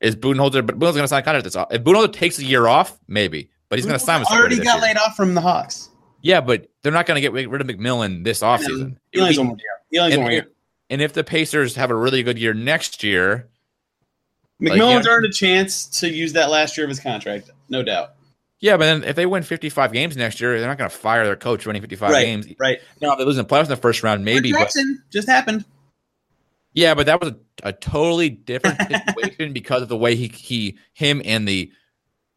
Speaker 3: Is Budenholzer? But Budenholzer's going to sign a contract. This if Budenholzer takes a year off, maybe. But he's going to sign with somebody
Speaker 2: already
Speaker 3: this
Speaker 2: got
Speaker 3: year.
Speaker 2: laid off from the Hawks.
Speaker 3: Yeah, but they're not going to get rid of McMillan this offseason.
Speaker 2: He
Speaker 3: It would
Speaker 2: only has
Speaker 3: be-
Speaker 2: one more year. He only has
Speaker 3: and,
Speaker 2: one more year.
Speaker 3: and if the Pacers have a really good year next year, like,
Speaker 2: McMillan's
Speaker 3: yeah.
Speaker 2: earned a chance to use that last year of his contract, no doubt.
Speaker 3: yeah, but then if they win 55 games next year, they're not going to fire their coach winning 55
Speaker 2: Right,
Speaker 3: games.
Speaker 2: right.
Speaker 3: Now, if they lose in the playoffs in the first round, maybe. But,
Speaker 2: Jackson just happened.
Speaker 3: yeah, but that was a, a totally different situation because of the way he, he him and the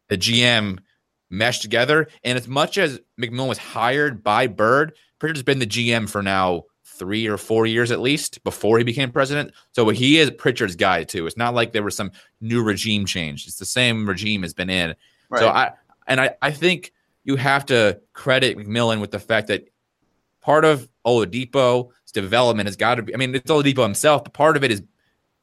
Speaker 3: the GM meshed together. And as much as McMillan was hired by Bird, Pritchard's been the GM for now three or four years at least before he became president. So he is Pritchard's guy too. It's not like there was some new regime change. It's the same regime has been in. So I and I, I think you have to credit McMillan with the fact that part of Oladipo's development has got to be. I mean, it's Oladipo himself, but part of it is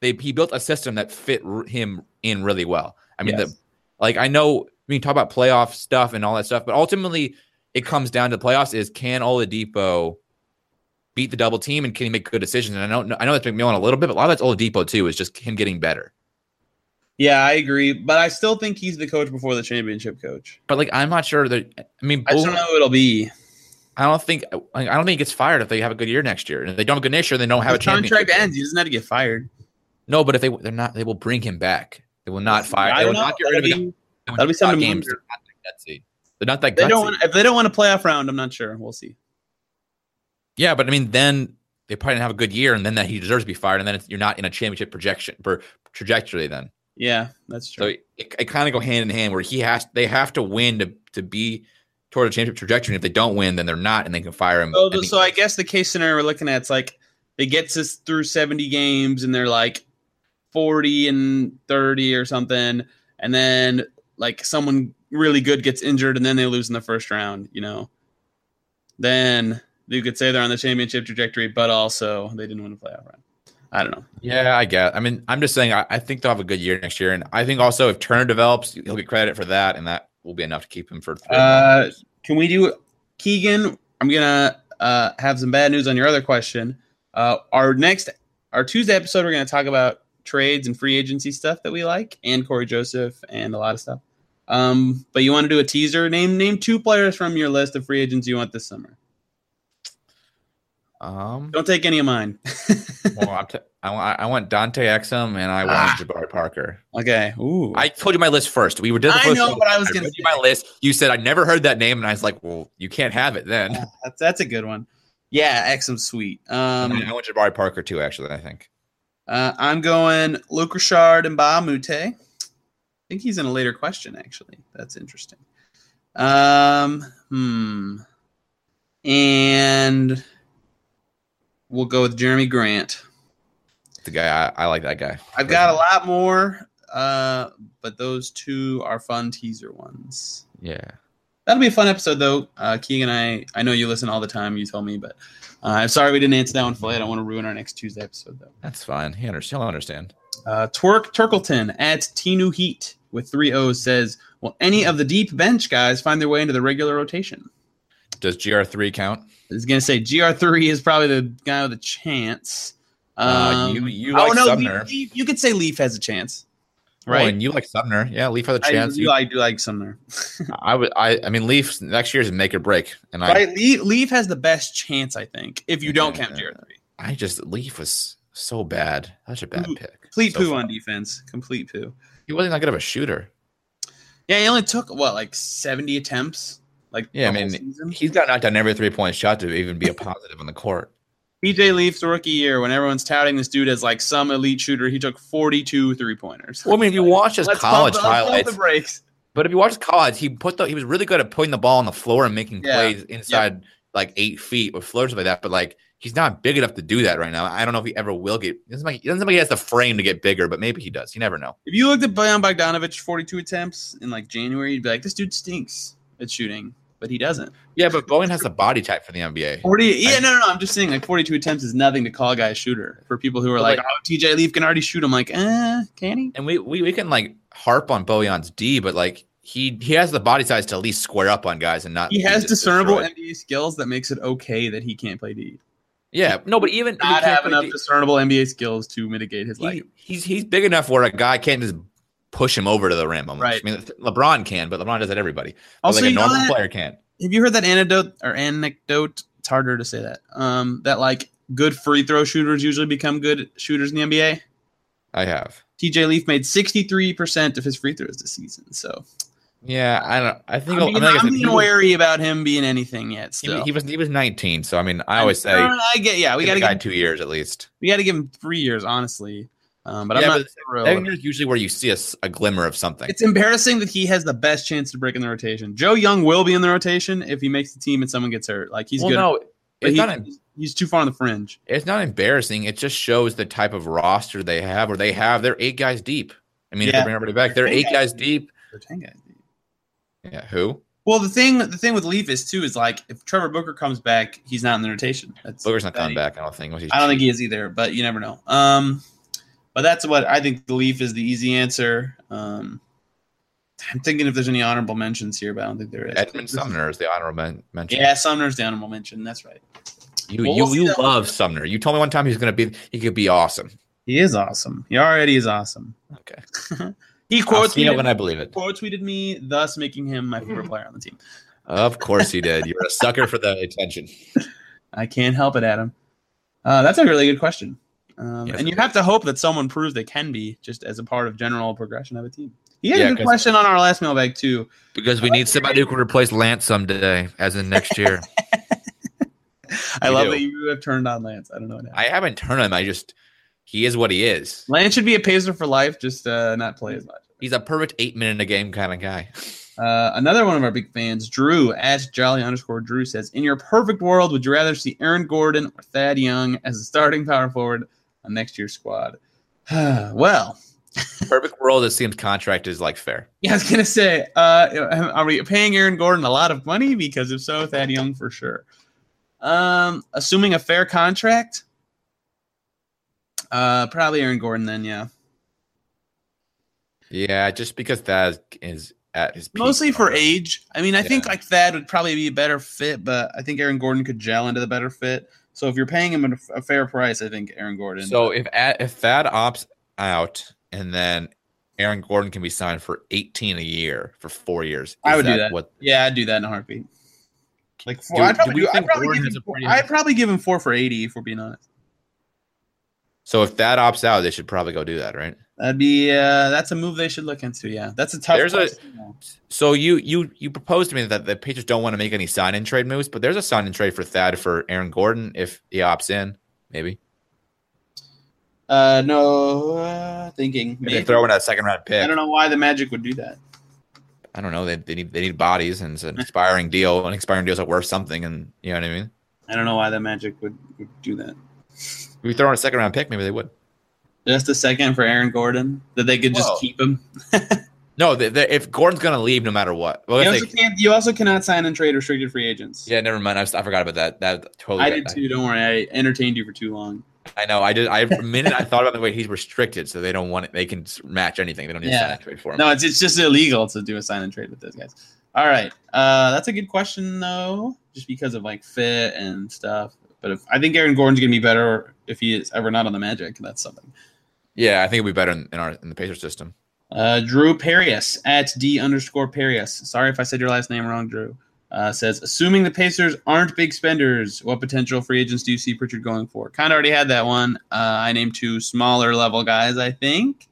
Speaker 3: they he built a system that fit r- him in really well. I mean,
Speaker 2: Yes.
Speaker 3: the, like I know we can talk about playoff stuff and all that stuff, but ultimately it comes down to the playoffs: is can Oladipo beat the double team and can he make good decisions? And I don't know. I know that's McMillan a little bit, but a lot of that's Oladipo too. Is just him getting better.
Speaker 2: Yeah, I agree, but I still think he's the coach before the championship coach.
Speaker 3: But like I'm not sure that I mean
Speaker 2: I just
Speaker 3: Bull-
Speaker 2: don't know who it'll be.
Speaker 3: I don't think I I don't think he gets fired if they have a good year next year. And if they don't have a good next year, they don't have
Speaker 2: His
Speaker 3: a championship.
Speaker 2: contract ends. He doesn't have to get fired.
Speaker 3: No, but if they they're not, they will bring him back. They will not fire.
Speaker 2: I
Speaker 3: they will
Speaker 2: don't know.
Speaker 3: not get rid of
Speaker 2: That'll
Speaker 3: him.
Speaker 2: be-
Speaker 3: They will
Speaker 2: that'll be
Speaker 3: not
Speaker 2: something to
Speaker 3: games.
Speaker 2: monitor.
Speaker 3: They're not that gutsy.
Speaker 2: They don't want, if they don't want a playoff round. I'm not sure. We'll see.
Speaker 3: yeah, but I mean, then they probably didn't have a good year, and then that he deserves to be fired, and then it's, you're not in a championship projection per trajectory. Then
Speaker 2: Yeah, that's
Speaker 3: So
Speaker 2: true.
Speaker 3: it, it kind of go hand in hand where he has they have to win to to be toward a championship trajectory. And if they don't win, then they're not, and they can fire him.
Speaker 2: So,
Speaker 3: at the-
Speaker 2: so I guess the case scenario we're looking at is like it gets us through 70 games and they're like 40 and 30 or something. And then like someone really good gets injured and then they lose in the first round, you know. Then you could say they're on the championship trajectory, but also they didn't win a playoff round. I don't know.
Speaker 3: yeah, I guess. I mean, I'm just saying. I, I think they'll have a good year next year, and I think also if Turner develops, he'll get credit for that, and that will be enough to keep him for. three.
Speaker 2: Uh, can we do Keegan? I'm gonna uh, have some bad news on your other question. Uh, our next, our Tuesday episode, we're gonna talk about trades and free agency stuff that we like, and Corey Joseph and a lot of stuff. Um, but you want to do a teaser? Name name two players from your list of free agents you want this summer.
Speaker 3: um,
Speaker 2: Don't take any of mine.
Speaker 3: well, I'm t- I, want, I want Dante Exum, and I want
Speaker 2: Ah.
Speaker 3: Jabari Parker.
Speaker 2: okay. Ooh.
Speaker 3: I told you my list first. We were did the
Speaker 2: I
Speaker 3: first
Speaker 2: know
Speaker 3: one.
Speaker 2: what I was gonna
Speaker 3: read you
Speaker 2: say.
Speaker 3: my list. You said I never heard that name, and I was like, "Well, you can't have it then."
Speaker 2: that's that's a good one. Yeah, Exum sweet.
Speaker 3: Um,
Speaker 2: Um,
Speaker 3: I want Jabari Parker too. Actually, I think.
Speaker 2: Uh, I'm going Luke Richard and Ba Mute. I think he's in a later question, actually. That's interesting. Um, hmm. And we'll go with Jeremy Grant.
Speaker 3: The guy I, I like that guy.
Speaker 2: I've got a lot more, uh, but those two are fun teaser ones.
Speaker 3: Yeah.
Speaker 2: That'll be a fun episode, though. Uh, Keegan and I, I know you listen all the time. You tell me, but uh, I'm sorry we didn't answer that one fully. I don't want to ruin our next Tuesday episode, though.
Speaker 3: That's fine. He under- he'll understand.
Speaker 2: Uh, Twerk Turkleton at Tinu Heat with three O's says, "Will any of the deep bench guys find their way into the regular rotation?"
Speaker 3: Does GR3 count?
Speaker 2: I was gonna say Gr three is probably the guy with a chance.
Speaker 3: Uh,
Speaker 2: Um,
Speaker 3: you- you like Sumner.
Speaker 2: Leaf- Leaf- you could say Leaf has a chance,
Speaker 3: Right.
Speaker 2: right?
Speaker 3: Oh, and you like Sumner. Yeah, Leaf had a
Speaker 2: I,
Speaker 3: chance.
Speaker 2: do-
Speaker 3: You-
Speaker 2: I do like Sumner.
Speaker 3: I would I I mean Leafs next year's make or break. And I
Speaker 2: Right? Leaf, Leaf has the best chance, I think, if you don't count
Speaker 3: Yeah.
Speaker 2: Gr three.
Speaker 3: I just Leaf was so bad. Such a bad
Speaker 2: Poo-
Speaker 3: pick.
Speaker 2: Complete
Speaker 3: So
Speaker 2: poo
Speaker 3: far.
Speaker 2: on defense. Complete poo.
Speaker 3: He wasn't that good of a shooter.
Speaker 2: Yeah, he only took what like seventy attempts. Like
Speaker 3: Yeah, I
Speaker 2: the whole
Speaker 3: mean,
Speaker 2: season?
Speaker 3: He's got knocked down every three point shot to even be a positive on the court.
Speaker 2: PJ Leaf's rookie year, when everyone's touting this dude as like some elite shooter, he took 42 three pointers.
Speaker 3: Well, I mean, if you watch his college
Speaker 2: pump, let's pump
Speaker 3: highlights,
Speaker 2: the brakes.
Speaker 3: but if you watch his college, he put the he was really good at putting the ball on the floor and making
Speaker 2: Yeah.
Speaker 3: plays inside like eight feet with floors like that. But like he's not big enough to do that right now. I don't know if he ever will get. It doesn't like it doesn't like he has the frame to get bigger, but maybe he does. You never know.
Speaker 2: If you looked at Bojan Bogdanovich's 42 attempts in like January, you'd be like, this dude stinks at shooting, but he doesn't.
Speaker 3: Yeah, but Bowen has the body type for the NBA.
Speaker 2: 40, yeah, no, no, no, I'm just saying like 42 attempts is nothing to call a guy a shooter. For people who are
Speaker 3: But,
Speaker 2: like,
Speaker 3: like-
Speaker 2: oh, TJ Leaf can already shoot, I'm like, eh, can he?
Speaker 3: And we, we we can like harp on Bojan's D, but like he he has the body size to at least square up on guys and not.
Speaker 2: He
Speaker 3: be
Speaker 2: has
Speaker 3: just
Speaker 2: discernible
Speaker 3: destroyed.
Speaker 2: NBA skills that makes it okay that he can't play D.
Speaker 3: Yeah, no, but even if he
Speaker 2: Not
Speaker 3: can't
Speaker 2: have
Speaker 3: play
Speaker 2: enough
Speaker 3: D-
Speaker 2: discernible NBA skills to mitigate his
Speaker 3: he,
Speaker 2: like.
Speaker 3: he's he's big enough where a guy can't just push him over to the rim. Almost.
Speaker 2: Right.
Speaker 3: I mean, LeBron can, but LeBron does that everybody. But,
Speaker 2: Also,
Speaker 3: like a
Speaker 2: you know
Speaker 3: normal
Speaker 2: that-
Speaker 3: player can't.
Speaker 2: Have you heard that anecdote or anecdote? It's harder to say that. Um, that like good free throw shooters usually become good shooters in the NBA.
Speaker 3: I have.
Speaker 2: TJ Leaf made 63% of his free throws this season. So
Speaker 3: Yeah, I don't. I
Speaker 2: I
Speaker 3: think
Speaker 2: mean,
Speaker 3: I mean,
Speaker 2: I'm
Speaker 3: like I said,
Speaker 2: being
Speaker 3: he, was,
Speaker 2: wary about him being anything yet.
Speaker 3: he-
Speaker 2: Still,
Speaker 3: he was he was 19, so I mean, I always say
Speaker 2: No, no, no, I get yeah. We
Speaker 3: give
Speaker 2: gotta
Speaker 3: the guy
Speaker 2: give,
Speaker 3: two years at least.
Speaker 2: we gotta give him three years, honestly. Um, but
Speaker 3: Yeah,
Speaker 2: I'm not thrilled.
Speaker 3: That year's usually where you see a, s- a glimmer of something.
Speaker 2: It's embarrassing that he has the best chance to break in the rotation. Joe Young will be in the rotation if he makes the team and someone gets hurt. Like he's
Speaker 3: well,
Speaker 2: good,
Speaker 3: no,
Speaker 2: but
Speaker 3: it's
Speaker 2: he-
Speaker 3: not.
Speaker 2: he's too far on the fringe.
Speaker 3: It's not embarrassing. It just shows the type of roster they have, or they have. They're eight guys deep. I mean, if
Speaker 2: Yeah.
Speaker 3: they bring everybody back, they're
Speaker 2: Eight
Speaker 3: eight
Speaker 2: guys.
Speaker 3: guys deep. Yeah, who?
Speaker 2: Well, the thing the thing with Leaf is too is like if Trevor Booker comes back, he's not in the rotation. That's
Speaker 3: Booker's not coming
Speaker 2: that-
Speaker 3: back. I don't think.
Speaker 2: I don't think he is either, but you never know. Um, but that's what I think. The Leaf is the easy answer. Um, I'm thinking if there's any honorable mentions here, but I don't think there is.
Speaker 3: Edmund Sumner is the honorable men- mention.
Speaker 2: Yeah, Sumner's the honorable mention. That's right.
Speaker 3: you
Speaker 2: Well,
Speaker 3: you,
Speaker 2: we'll see
Speaker 3: you
Speaker 2: that.
Speaker 3: love Sumner. You told me one time he's gonna be he could be awesome.
Speaker 2: He is awesome. He already is awesome.
Speaker 3: Okay,
Speaker 2: He
Speaker 3: I'll
Speaker 2: quote
Speaker 3: see it
Speaker 2: tweeted,
Speaker 3: when I believe it.
Speaker 2: quote tweeted me, thus making him my favorite player on the team.
Speaker 3: Of course he did. You're a sucker for the attention.
Speaker 2: I can't help it, Adam. Uh, that's a really good question. Um,
Speaker 3: Yes,
Speaker 2: and
Speaker 3: it
Speaker 2: you have to hope that someone proves they can be just as a part of general progression of a team. He had
Speaker 3: Yeah,
Speaker 2: a good
Speaker 3: 'cause-
Speaker 2: question on our last mailbag too.
Speaker 3: Because we need somebody who can replace Lance someday, as in next year.
Speaker 2: I
Speaker 3: We
Speaker 2: love
Speaker 3: do.
Speaker 2: that you have turned on Lance. I don't know what happened.
Speaker 3: I haven't turned him. I just he is what he is.
Speaker 2: Lance should be a pacer for life, just uh, not play as much.
Speaker 3: He's a perfect eight minute a game kind of guy.
Speaker 2: Uh, another one of our big fans, Drew at Jolly underscore Drew says, "In your perfect world, would you rather see Aaron Gordon or Thad Young as a starting power forward on next year's squad?" well,
Speaker 3: perfect world. It seems contract is like fair.
Speaker 2: yeah, I was gonna say, uh, are we paying Aaron Gordon a lot of money? Because if so, Thad Young for sure. Um, assuming a fair contract, uh, probably Aaron Gordon then. Yeah,
Speaker 3: Yeah, just because that is at his peak
Speaker 2: mostly for
Speaker 3: already.
Speaker 2: age. I mean, I think
Speaker 3: Yeah.
Speaker 2: like Thad would probably be a better fit, but I think Aaron Gordon could gel into the better fit. So if you're paying him a- a fair price, I think Aaron Gordon.
Speaker 3: So if at, if that opts out, and then Aaron Gordon can be signed for eighteen a year for four years.
Speaker 2: I
Speaker 3: is
Speaker 2: would do that.
Speaker 3: What
Speaker 2: yeah, I'd do that in a heartbeat. Like four,
Speaker 3: Do-
Speaker 2: I'd probably
Speaker 3: do we
Speaker 2: do. I'd
Speaker 3: think
Speaker 2: probably,
Speaker 3: Gordon
Speaker 2: give
Speaker 3: has
Speaker 2: him
Speaker 3: a
Speaker 2: four,
Speaker 3: pretty-
Speaker 2: I'd probably give him four for eighty. If we're being honest,
Speaker 3: So if that opts out, they should probably go do that, right?
Speaker 2: that'd be uh, that's a move they should look into. Yeah, that's a tough.
Speaker 3: There's a-
Speaker 2: question, though.
Speaker 3: So you you you proposed to me that the Patriots don't want to make any sign in trade moves, but there's a sign in trade for Thad for Aaron Gordon if he opts in, maybe.
Speaker 2: uh, no uh, thinking.
Speaker 3: Maybe.
Speaker 2: maybe.
Speaker 3: They throw in a second round pick.
Speaker 2: I don't know why the Magic would do that.
Speaker 3: I don't know. They, they need they need bodies and it's an expiring deal. An expiring deals are worth something, and you know what I mean.
Speaker 2: I don't know why the Magic would, would do that.
Speaker 3: If we throw in a second round pick, maybe they would.
Speaker 2: Just a second for Aaron Gordon that they could just
Speaker 3: Whoa.
Speaker 2: keep him.
Speaker 3: No, they, they, if Gordon's gonna leave, no matter what. Well,
Speaker 2: You
Speaker 3: if
Speaker 2: also,
Speaker 3: they-
Speaker 2: can't, you also cannot sign and trade restricted free agents.
Speaker 3: yeah, never mind. I, was, I forgot about that. That totally.
Speaker 2: I did too. Don't worry, I entertained you for too long.
Speaker 3: I know. I did. I a minute I thought about the way he's restricted, so they don't want it. They can s- match anything. They don't need
Speaker 2: Yeah.
Speaker 3: a sign and trade for him.
Speaker 2: No, it's it's just illegal to do a sign and trade with those guys. All right, uh, that's a good question though, just because of like fit and stuff. But if, I think Aaron Gordon's gonna be better if he is ever not on the Magic. That's something.
Speaker 3: Yeah, I think it'd be better in, in our in the Pacer system.
Speaker 2: Uh, Drew Perius at D underscore Perius. Sorry if I said your last name wrong, Drew. Uh, says, assuming the Pacers aren't big spenders, what potential free agents do you see Pritchard going for? Kind of already had that one. Uh, I named two smaller level guys, I think.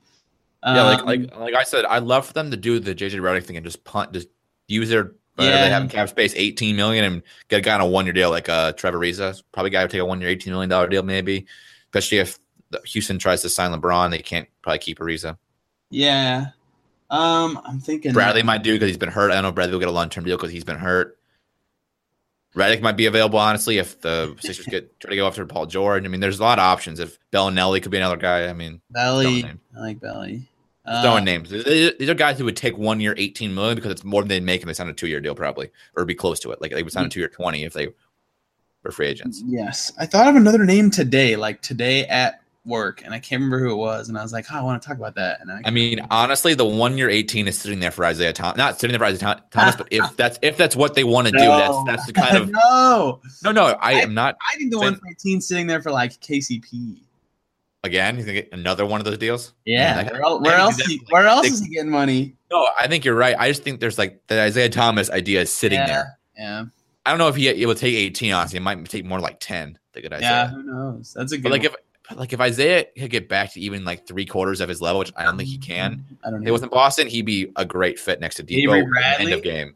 Speaker 3: Yeah, like
Speaker 2: Um,
Speaker 3: like like I said, I love for them to do the JJ Redick thing and just punt, just use their whatever
Speaker 2: Yeah.
Speaker 3: they have in cap space, eighteen million, and get a guy on a one year deal like uh Trevor Reza. Probably guy would take a one year, eighteen million dollar deal, maybe. Especially if the- Houston tries to sign LeBron, they can't probably keep Ariza.
Speaker 2: yeah. Um, I'm thinking
Speaker 3: Bradley might do because he's been hurt. I don't know if Bradley will get a long term deal because he's been hurt. Redick might be available, honestly, if the Sixers get try to go after Paul George. I mean, there's a lot of options. If Bellinelli could be another guy, I mean,
Speaker 2: Belly.
Speaker 3: Don't name.
Speaker 2: I like Belly.
Speaker 3: Just
Speaker 2: Uh,
Speaker 3: throwing names. These- These these are guys who would take one year, eighteen million, because it's more than they'd make if they signed a two year deal, probably, or be close to it. Like they would
Speaker 2: Mm-hmm.
Speaker 3: sign a two year twenty if they were free agents.
Speaker 2: Yes. I thought of another name today, like today at work, and I can't remember who it was. And I was like, oh, I want to talk about that. And I,
Speaker 3: I mean, honestly, the one year eighteen is sitting there for Isaiah Thomas. Not sitting there for Isaiah Thom- Thomas, but if that's if that's what they want to do,
Speaker 2: No.
Speaker 3: that's that's the kind of
Speaker 2: no.
Speaker 3: no, no. I am not
Speaker 2: I think the
Speaker 3: Then-
Speaker 2: one for eighteen sitting there for like KCP.
Speaker 3: again. You think another one of those deals?
Speaker 2: Yeah,
Speaker 3: that-
Speaker 2: where, el- where else?
Speaker 3: that-
Speaker 2: he- where else
Speaker 3: they-
Speaker 2: is he getting money?
Speaker 3: No, I think you're right. I just think there's like the Isaiah Thomas idea is sitting
Speaker 2: Yeah.
Speaker 3: there.
Speaker 2: Yeah,
Speaker 3: I don't know if he it will take eighteen. Honestly, it might take more like ten. The good Isaiah.
Speaker 2: yeah. Who knows? That's a good.
Speaker 3: But like
Speaker 2: one.
Speaker 3: if but like if Isaiah could get back to even like three quarters of his level, which I don't think he
Speaker 2: Mm-hmm.
Speaker 3: can,
Speaker 2: I don't
Speaker 3: if
Speaker 2: know.
Speaker 3: it wasn't Boston, he'd be a great fit next to
Speaker 2: Avery
Speaker 3: Debo. at the
Speaker 2: Bradley?
Speaker 3: End of game.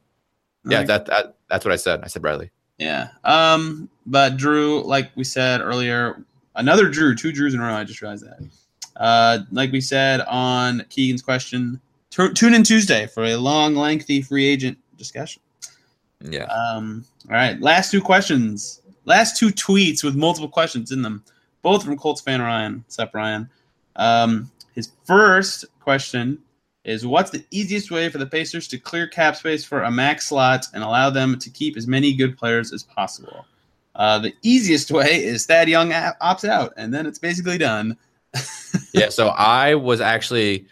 Speaker 3: Yeah, that, that that's what I said. I said Bradley.
Speaker 2: yeah. Um, but Drew, like we said earlier, another Drew, two Drews in a row. I just realized that. Uh, like we said on Keegan's question, tu- tune in Tuesday for a long, lengthy free agent discussion.
Speaker 3: Yeah.
Speaker 2: Um, all right, last two questions, last two tweets with multiple questions in them, both from Colts fan Ryan. What's up, Ryan? Um, his first question is, "What's the easiest way for the Pacers to clear cap space for a max slot and allow them to keep as many good players as possible?" Uh, the easiest way is Thad Young a- opts out, and then it's basically done.
Speaker 3: yeah. So I was actually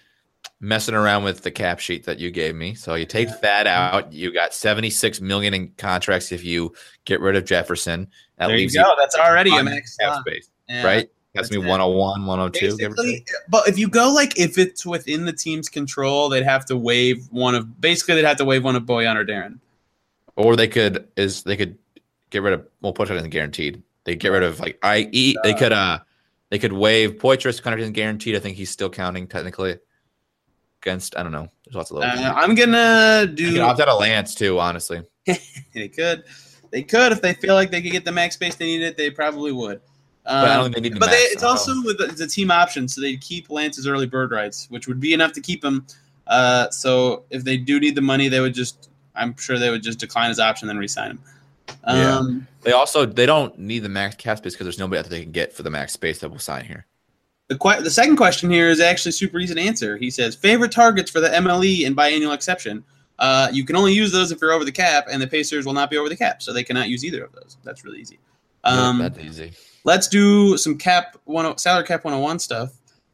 Speaker 3: messing around with the cap sheet that you gave me. So you take that
Speaker 2: Mm-hmm.
Speaker 3: out, you got seventy six million in contracts if you get rid of Jefferson. That
Speaker 2: there you
Speaker 3: leaves
Speaker 2: go. That's already a
Speaker 3: on
Speaker 2: max
Speaker 3: cap
Speaker 2: slot,
Speaker 3: space,
Speaker 2: Yeah.
Speaker 3: right? That's
Speaker 2: That's
Speaker 3: me
Speaker 2: it.
Speaker 3: 101, 102. give or
Speaker 2: Basically,
Speaker 3: take.
Speaker 2: but if you go like if it's within the team's control, they'd have to waive one of basically they'd have to waive one of Boyan or Darren.
Speaker 3: or they could is they could get rid of well Poitras isn't guaranteed. They get rid of like I E. They could uh they could waive Poitras contract isn't guaranteed. I think he's still counting technically against. I don't know. There's lots of little.
Speaker 2: Uh, I'm gonna
Speaker 3: they
Speaker 2: do.
Speaker 3: could opt out of Lance too. Honestly,
Speaker 2: They could, they could if they feel like they could get the max space they needed, they probably would. Um,
Speaker 3: But I don't think they need to
Speaker 2: but
Speaker 3: max
Speaker 2: it's
Speaker 3: that,
Speaker 2: also with the, it's a team option, so they'd keep Lance's early bird rights, which would be enough to keep him. Uh, so if they do need the money, they would just. I'm sure they would just decline his option, then re-sign him.
Speaker 3: Yeah.
Speaker 2: Um,
Speaker 3: They also they don't need the max cap space because there's nobody that they can get for the max space that will sign here.
Speaker 2: The que- the second question here is actually super easy to answer. He says favorite targets for the MLE and biannual exception. Uh, you can only use those if you're over the cap, and the Pacers will not be over the cap, so they cannot use either of those. That's really easy. Um,
Speaker 3: That's easy.
Speaker 2: Let's do some cap one oh, salary cap 101 stuff.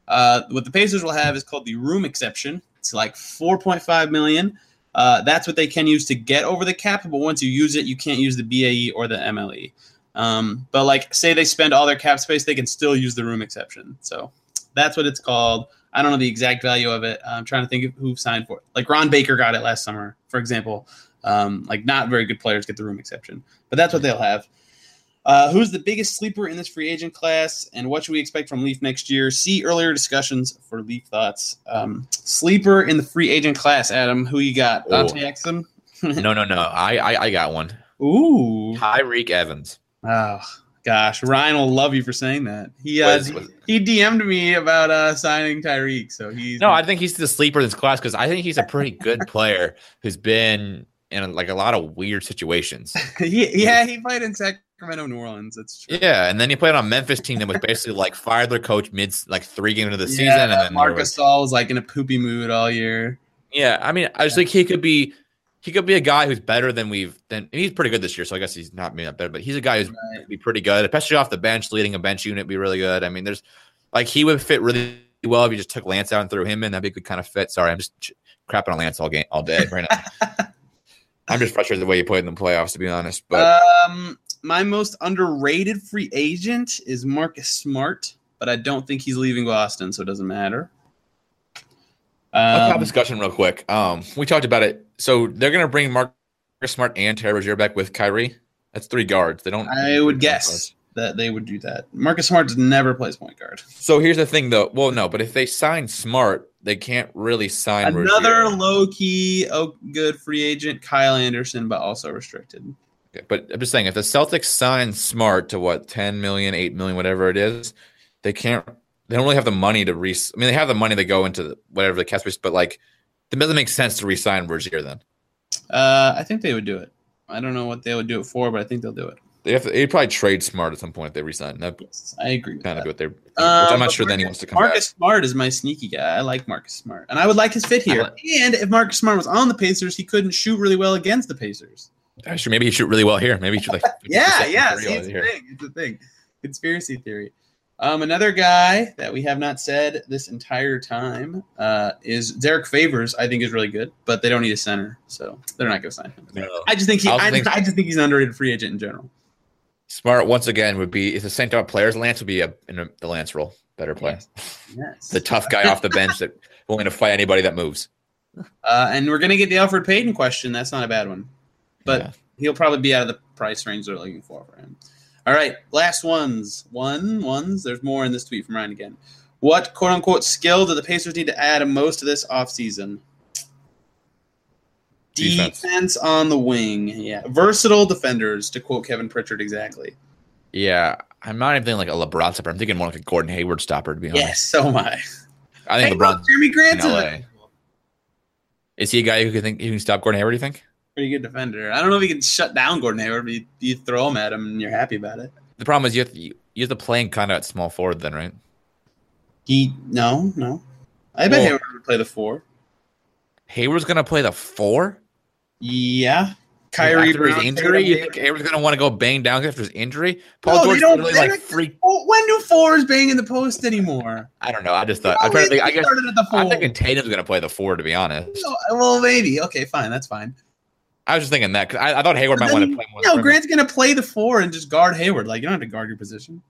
Speaker 2: Uh, what the Pacers will have is called the room exception. It's like 4.5 million. Uh, that's what they can use to get over the cap, but once you use it, you can't use the BAE or the E. MLE. Um, but like, say they spend all their cap space, they can still use the room exception. So that's what it's called. I don't know the exact value of it. I'm trying to think of who signed for it. Like Ron Baker got it last summer, for example. Um, like not very good players get the room exception, but that's what they'll have. Uh, who's the biggest sleeper in this free agent class, and what should we expect from Leaf next year? See earlier discussions for Leaf thoughts. Um, sleeper in the free agent class, Adam. Who you got? Dante Exum.
Speaker 3: no, no, no. I, I I got one.
Speaker 2: Ooh.
Speaker 3: Tyreek Evans.
Speaker 2: Oh gosh, Ryan will love you for saying that. He uh,
Speaker 3: Was- was-
Speaker 2: he DM'd me about uh, signing Tyreek, so he's
Speaker 3: No, I think he's the sleeper in this class because I think he's a pretty good player who's been in like a lot of weird situations.
Speaker 2: he, yeah, he played in Sacramento, New Orleans. That's true.
Speaker 3: Yeah, and then he played on a Memphis team that was basically like fired their coach mid like three games into the season,
Speaker 2: Yeah,
Speaker 3: and then they were-
Speaker 2: Marcus Saul was like in a poopy mood all year.
Speaker 3: Yeah, I mean, I just think he could be he could be a guy who's better than we've than and he's pretty good this year, so I guess he's not maybe not better, but he's a guy who's
Speaker 2: Right.
Speaker 3: be pretty good, especially off the bench, leading a bench unit be really good. I mean, there's like he would fit really well if you just took Lance out and threw him in. That'd be a good kind of fit. Sorry, I'm just ch- crapping on Lance all game all day right now. I'm just frustrated the way he played in the playoffs, to be honest. But
Speaker 2: um, my most underrated free agent is Marcus Smart, but I don't think he's leaving Boston, so it doesn't matter.
Speaker 3: Let's have a
Speaker 2: Um,
Speaker 3: discussion real quick. Um, we talked about it. So they're going to bring Marcus Smart and Terry Rozier back with Kyrie. That's three guards. They don't.
Speaker 2: I would guess that they would do that. Marcus Smart never plays point guard.
Speaker 3: So here's the thing, though. Well, no, but if they sign Smart, they can't really sign
Speaker 2: Another
Speaker 3: Rozier.
Speaker 2: low key, oh, good free agent, Kyle Anderson, but also restricted.
Speaker 3: Okay, But I'm just saying, if the Celtics sign Smart to what 10 million, 8 million, whatever it is, they can't. They don't really have the money to re. I mean, they have the money to go into the, whatever the cap space, but like, it doesn't make sense to re-sign Rozier then.
Speaker 2: Uh, I think they would do it. I don't know what they would do it for, but I think they'll do it.
Speaker 3: They have. They probably trade Smart at some point if they resign. That
Speaker 2: Yes, I agree. With
Speaker 3: kind
Speaker 2: that.
Speaker 3: of be what they.
Speaker 2: Uh,
Speaker 3: which I'm not
Speaker 2: but
Speaker 3: sure then he
Speaker 2: Marcus-
Speaker 3: wants to come back.
Speaker 2: Marcus Smart is my sneaky guy. I like Marcus Smart, and I would like his fit here.
Speaker 3: I like-
Speaker 2: and if Marcus Smart was on the Pacers, he couldn't shoot really well against the Pacers.
Speaker 3: Actually, maybe he shoot really well here. Maybe he shoot like 50%
Speaker 2: Yeah,
Speaker 3: from
Speaker 2: yeah.
Speaker 3: three
Speaker 2: See,
Speaker 3: all
Speaker 2: it's a
Speaker 3: year.
Speaker 2: thing. It's a thing. Conspiracy theory. Um, another guy that we have not said this entire time uh, is Derek Favors. I think is really good, but they don't need a center, so they're not going to sign him.
Speaker 3: No.
Speaker 2: I just think he.
Speaker 3: I also
Speaker 2: I,
Speaker 3: think-
Speaker 2: just, I just think he's an underrated free agent in general.
Speaker 3: Smart once again would be it's the same type of players. Lance would be a, in a, the Lance role, better player,
Speaker 2: Yes.
Speaker 3: the tough guy off the bench that willing to fight anybody that moves.
Speaker 2: Uh, and we're gonna get the Alfred Payton question. That's not a bad one, but
Speaker 3: Yeah.
Speaker 2: he'll probably be out of the price range they're looking for for him. All right, last ones, one ones. There's more in this tweet from Ryan again. What quote unquote skill do the Pacers need to add most to this offseason?
Speaker 3: Defense.
Speaker 2: Defense. on the wing, yeah, versatile defenders to quote Kevin Pritchard exactly.
Speaker 3: yeah, I'm not even thinking like a LeBron stopper. I'm thinking more like a Gordon Hayward stopper. To be honest,
Speaker 2: Yes, so am I.
Speaker 3: I think
Speaker 2: Hey, look,
Speaker 3: LeBron
Speaker 2: Jeremy
Speaker 3: in
Speaker 2: Grant's
Speaker 3: LA.
Speaker 2: a
Speaker 3: Is he a guy who can think who can stop Gordon Hayward? Do you think?
Speaker 2: pretty good defender. I don't know if he can shut down Gordon Hayward, but you, you throw him at him and you're happy about it.
Speaker 3: The problem is you have to, you have to play him kind of at small forward then, right?
Speaker 2: He no, no. I bet
Speaker 3: Well-
Speaker 2: Hayward would play the four.
Speaker 3: Hayward's gonna play the four.
Speaker 2: Yeah, Kyrie
Speaker 3: after his
Speaker 2: Brown,
Speaker 3: injury, you
Speaker 2: Tatum.
Speaker 3: think Hayward's gonna want to go bang down after his injury? Paul
Speaker 2: No, they
Speaker 3: George
Speaker 2: don't-
Speaker 3: literally
Speaker 2: they're
Speaker 3: like
Speaker 2: not-
Speaker 3: freak.
Speaker 2: Oh, when do fours bang in the post anymore?
Speaker 3: I don't know. I just thought.
Speaker 2: Always
Speaker 3: I'm trying to think. I guess
Speaker 2: started at the
Speaker 3: I'm
Speaker 2: four.
Speaker 3: thinking Tatum's going to play the four, to be honest.
Speaker 2: No, well, maybe. Okay, fine. That's fine.
Speaker 3: I was just thinking that 'cause I, I thought Hayward
Speaker 2: But
Speaker 3: might want
Speaker 2: then-
Speaker 3: to play more.
Speaker 2: No,
Speaker 3: than-
Speaker 2: Grant's gonna play the four and just guard Hayward. Like you don't have to guard your position.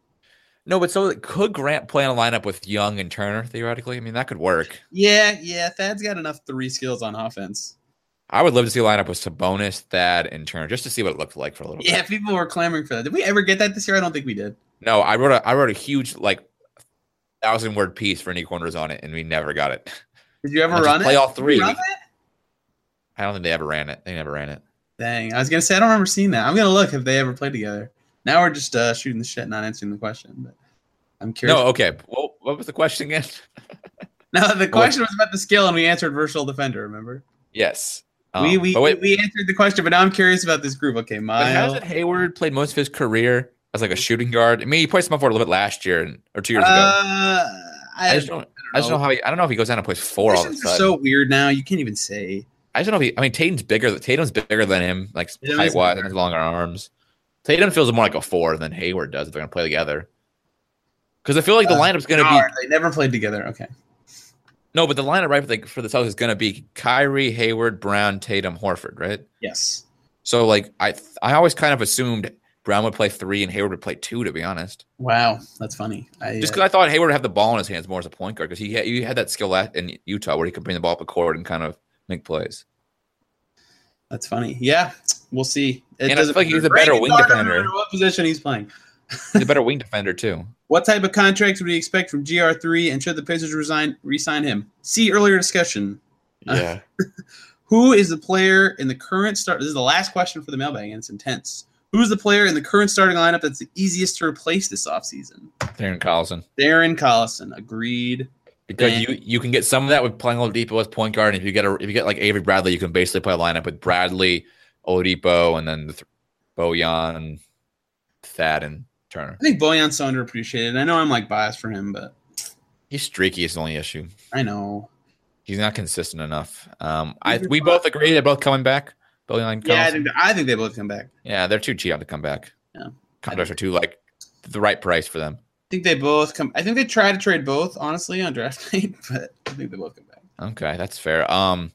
Speaker 3: No, but so could Grant play in a lineup with Young and Turner theoretically? I mean, that could work.
Speaker 2: Yeah, yeah. Thad's got enough three skills on offense.
Speaker 3: I would love to see a lineup with Sabonis, Thad, and Turner just to see what it looked like for a little
Speaker 2: Yeah,
Speaker 3: bit.
Speaker 2: people were clamoring for that. Did we ever get that this year? I don't think we did.
Speaker 3: No, I wrote a I wrote a huge like thousand word piece for Nick Corners on it, and we never got it.
Speaker 2: Did you ever
Speaker 3: Let's just
Speaker 2: run it?
Speaker 3: play all
Speaker 2: Did you
Speaker 3: three.
Speaker 2: run it?
Speaker 3: I don't think they ever ran it. They never ran it.
Speaker 2: Dang, I was gonna say I don't remember seeing that. I'm gonna look if they ever played together. Now we're just uh, shooting the shit, not answering the question. But I'm curious.
Speaker 3: No, okay. Well, what was the question again?
Speaker 2: Now the question was about the skill, and we answered versatile defender. Remember?
Speaker 3: yes. Um,
Speaker 2: we we,
Speaker 3: Oh, but wait,
Speaker 2: we answered the question, but now I'm curious about this group. Okay,
Speaker 3: but how's
Speaker 2: Miles.
Speaker 3: it Hayward played most of his career as like a shooting guard? I mean, he played small forward a little bit last year and, or two years ago.
Speaker 2: Uh,
Speaker 3: I
Speaker 2: I,
Speaker 3: just don't. I just don't know how he. I don't know if he goes down and plays four all of a
Speaker 2: Positions are
Speaker 3: sudden.
Speaker 2: so weird now. You can't even say.
Speaker 3: I just don't know if he. I mean, Tatum's bigger. Tatum's bigger than him, like
Speaker 2: Yeah,
Speaker 3: height
Speaker 2: he's
Speaker 3: wise,
Speaker 2: bigger.
Speaker 3: and his longer arms. Tatum feels more like a four than Hayward does if they're gonna play together. Because I feel like the
Speaker 2: Uh,
Speaker 3: lineup's gonna be
Speaker 2: Nar, they never played together. Okay.
Speaker 3: no, but the lineup right for the, for the Celtics is gonna be Kyrie, Hayward, Brown, Tatum, Horford, right?
Speaker 2: Yes.
Speaker 3: So like I I always kind of assumed Brown would play three and Hayward would play two, to be honest.
Speaker 2: Wow, that's funny. I,
Speaker 3: Just
Speaker 2: uh,
Speaker 3: because I thought Hayward would have the ball in his hands more as a point guard because he had, he had that skill at, in Utah where he could bring the ball up the court and kind of make plays.
Speaker 2: That's funny. Yeah, we'll see. It
Speaker 3: And I
Speaker 2: doesn't
Speaker 3: feel like he's a
Speaker 2: matter.
Speaker 3: better
Speaker 2: Brandon
Speaker 3: wing
Speaker 2: Carter,
Speaker 3: defender.
Speaker 2: no matter What position he's playing?
Speaker 3: He's a better wing defender too.
Speaker 2: What type of contracts would you expect from GR three, and should the Pacers resign resign him? See earlier discussion. Yeah. Who is the player in the current start? This is the last question for the mailbag, and it's intense. Who's the player in the current starting lineup that's the easiest to replace this offseason?
Speaker 3: Darren Collison.
Speaker 2: Darren Collison. Agreed.
Speaker 3: Because
Speaker 2: Yeah.
Speaker 3: you you can get some of that with playing Oladipo as point guard. And if you get a if you get like Avery Bradley, you can basically play a lineup with Bradley, Oladipo, and then the th- Bojan, Thad, and Turner.
Speaker 2: I think Boyan's so underappreciated. I know I'm like biased for him, but
Speaker 3: He's streaky is the only issue.
Speaker 2: I know.
Speaker 3: He's not consistent enough. Um, I
Speaker 2: He's
Speaker 3: we
Speaker 2: not.
Speaker 3: both agree they're both coming back. Billy and
Speaker 2: Yeah, I
Speaker 3: Collison.
Speaker 2: think, I think they both come back.
Speaker 3: yeah, they're too cheap to come back.
Speaker 2: Yeah.
Speaker 3: Contracts are too like the right price for them.
Speaker 2: I think they both come. I think they try to trade both, honestly, on draft night, but I think they both come back.
Speaker 3: Okay, that's fair. Um,